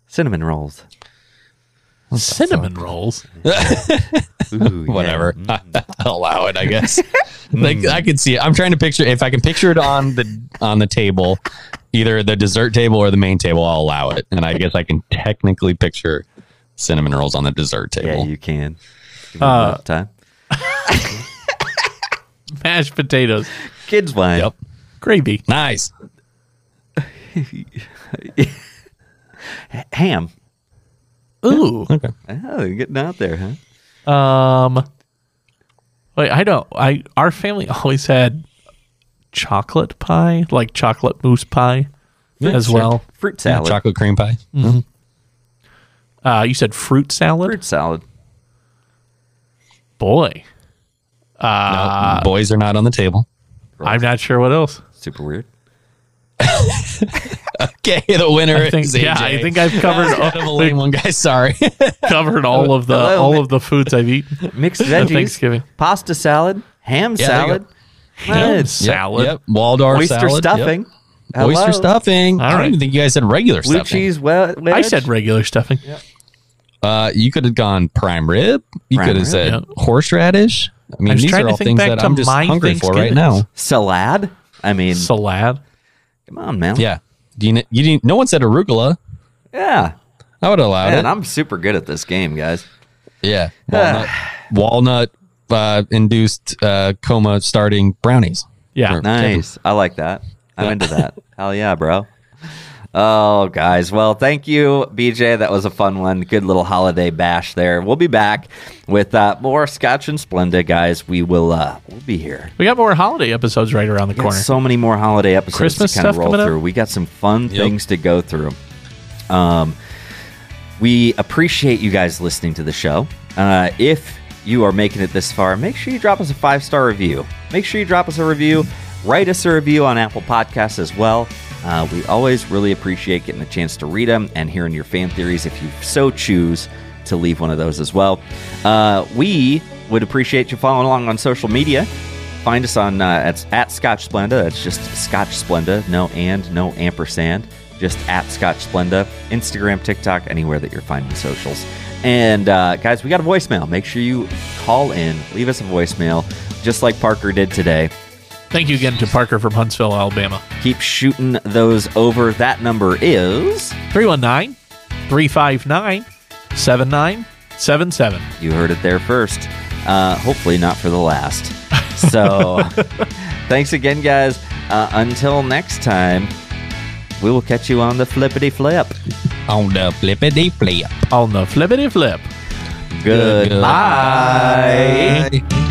Speaker 2: cinnamon rolls.
Speaker 3: Cinnamon rolls.
Speaker 2: Ooh, yeah.
Speaker 1: Whatever. I'll allow it, I guess. like I can see it. I'm trying to picture if I can picture it on the on the table, either the dessert table or the main table, I'll allow it. And I guess I can technically picture cinnamon rolls on the dessert
Speaker 2: Yeah,
Speaker 1: table.
Speaker 2: you can. Give me
Speaker 3: Uh,
Speaker 2: enough time.
Speaker 3: Mashed potatoes.
Speaker 2: Kids wine.
Speaker 1: yep.
Speaker 3: Gravy.
Speaker 1: Nice.
Speaker 2: Ham.
Speaker 3: Ooh.
Speaker 2: Oh, you're getting out there, huh?
Speaker 3: Um, wait, I don't. I Our family always had chocolate pie, like chocolate mousse pie. as well.
Speaker 2: Fruit
Speaker 1: Yeah,
Speaker 2: salad.
Speaker 1: chocolate cream pie.
Speaker 3: Uh, you said fruit salad?
Speaker 2: Fruit salad.
Speaker 3: Boy, Uh,
Speaker 1: no, boys are not on the table.
Speaker 3: I'm not sure what else.
Speaker 2: Super weird.
Speaker 1: Okay, the winner
Speaker 3: I think,
Speaker 1: is AJ.
Speaker 3: yeah, I think I've
Speaker 1: Out
Speaker 3: covered
Speaker 1: of a lame one guy. Sorry.
Speaker 3: covered all of the
Speaker 2: Hello,
Speaker 3: all
Speaker 2: ma-
Speaker 3: of the foods I've eaten.
Speaker 2: Mixed
Speaker 3: At
Speaker 2: veggies.
Speaker 3: Thanksgiving.
Speaker 2: Pasta salad. Ham
Speaker 1: Yeah, there you
Speaker 2: salad.
Speaker 1: go.
Speaker 3: Ham
Speaker 2: What?
Speaker 3: salad.
Speaker 1: Yep. Waldorf
Speaker 2: Oyster
Speaker 1: salad.
Speaker 2: stuffing.
Speaker 1: Yep. Oyster
Speaker 2: Hello.
Speaker 1: stuffing. I
Speaker 3: All
Speaker 1: don't
Speaker 3: right.
Speaker 1: even think you guys said regular
Speaker 2: Blue
Speaker 1: stuffing.
Speaker 2: cheese. Well,
Speaker 3: I said regular stuffing.
Speaker 1: Uh, you could have gone prime rib. You
Speaker 2: Prime
Speaker 1: could have
Speaker 2: rib,
Speaker 1: said
Speaker 3: yeah.
Speaker 1: horseradish. I mean,
Speaker 3: I was
Speaker 1: these
Speaker 3: trying
Speaker 1: are
Speaker 3: to
Speaker 1: all
Speaker 3: think
Speaker 1: things
Speaker 3: back
Speaker 1: that
Speaker 3: to
Speaker 1: I'm just
Speaker 3: my
Speaker 1: hungry for right
Speaker 3: Thanksgivings.
Speaker 1: now.
Speaker 2: salad. I mean,
Speaker 3: Salad.
Speaker 2: come on, man.
Speaker 1: Yeah. Do you, kn- you didn't, no one said arugula.
Speaker 2: Yeah.
Speaker 1: I would allow
Speaker 2: Man,
Speaker 1: it.
Speaker 2: I'm super good at this game, guys.
Speaker 1: yeah. Walnut, walnut uh, induced uh, coma starting brownies.
Speaker 3: Yeah.
Speaker 1: Or-
Speaker 2: Nice. I like that. I'm into that. Hell yeah, bro. Oh, guys. Well, thank you, BJ. That was a fun one. Good little holiday bash there. We'll be back with uh, more Scotch and Splenda, guys. We will uh, we'll be here.
Speaker 3: We got more holiday episodes right around the
Speaker 2: We got
Speaker 3: corner.
Speaker 2: so many more holiday episodes
Speaker 3: Christmas
Speaker 2: to kind of
Speaker 3: stuff
Speaker 2: roll
Speaker 3: coming up?
Speaker 2: through. We got some fun things to go through. Um, we appreciate you guys listening to the show. Uh, if you are making it this far, make sure you drop us a five star review. Make sure you drop us a review. Write us a review on Apple Podcasts as well. Uh, we always really appreciate getting a chance to read them and hearing your fan theories if you so choose to leave one of those as well. Uh, we would appreciate you following along on social media. Find us on uh, at, at Scotch Splenda. That's just Scotch Splenda. No and, no ampersand. Just at Scotch Splenda. Instagram, TikTok, anywhere that you're finding socials. And uh, guys, we got a voicemail. Make sure you call in, leave us a voicemail, just like Parker did today.
Speaker 3: Thank you again to Parker from Huntsville, Alabama.
Speaker 2: Keep shooting those over. That number is.
Speaker 3: 319 359 7977.
Speaker 2: You heard it there first. Uh, hopefully, not for the last. So, thanks again, guys. Uh, until next time, we will catch you on the flippity flip.
Speaker 1: On the flippity flip.
Speaker 3: On the flippity flip.
Speaker 2: Goodbye.
Speaker 1: Goodbye.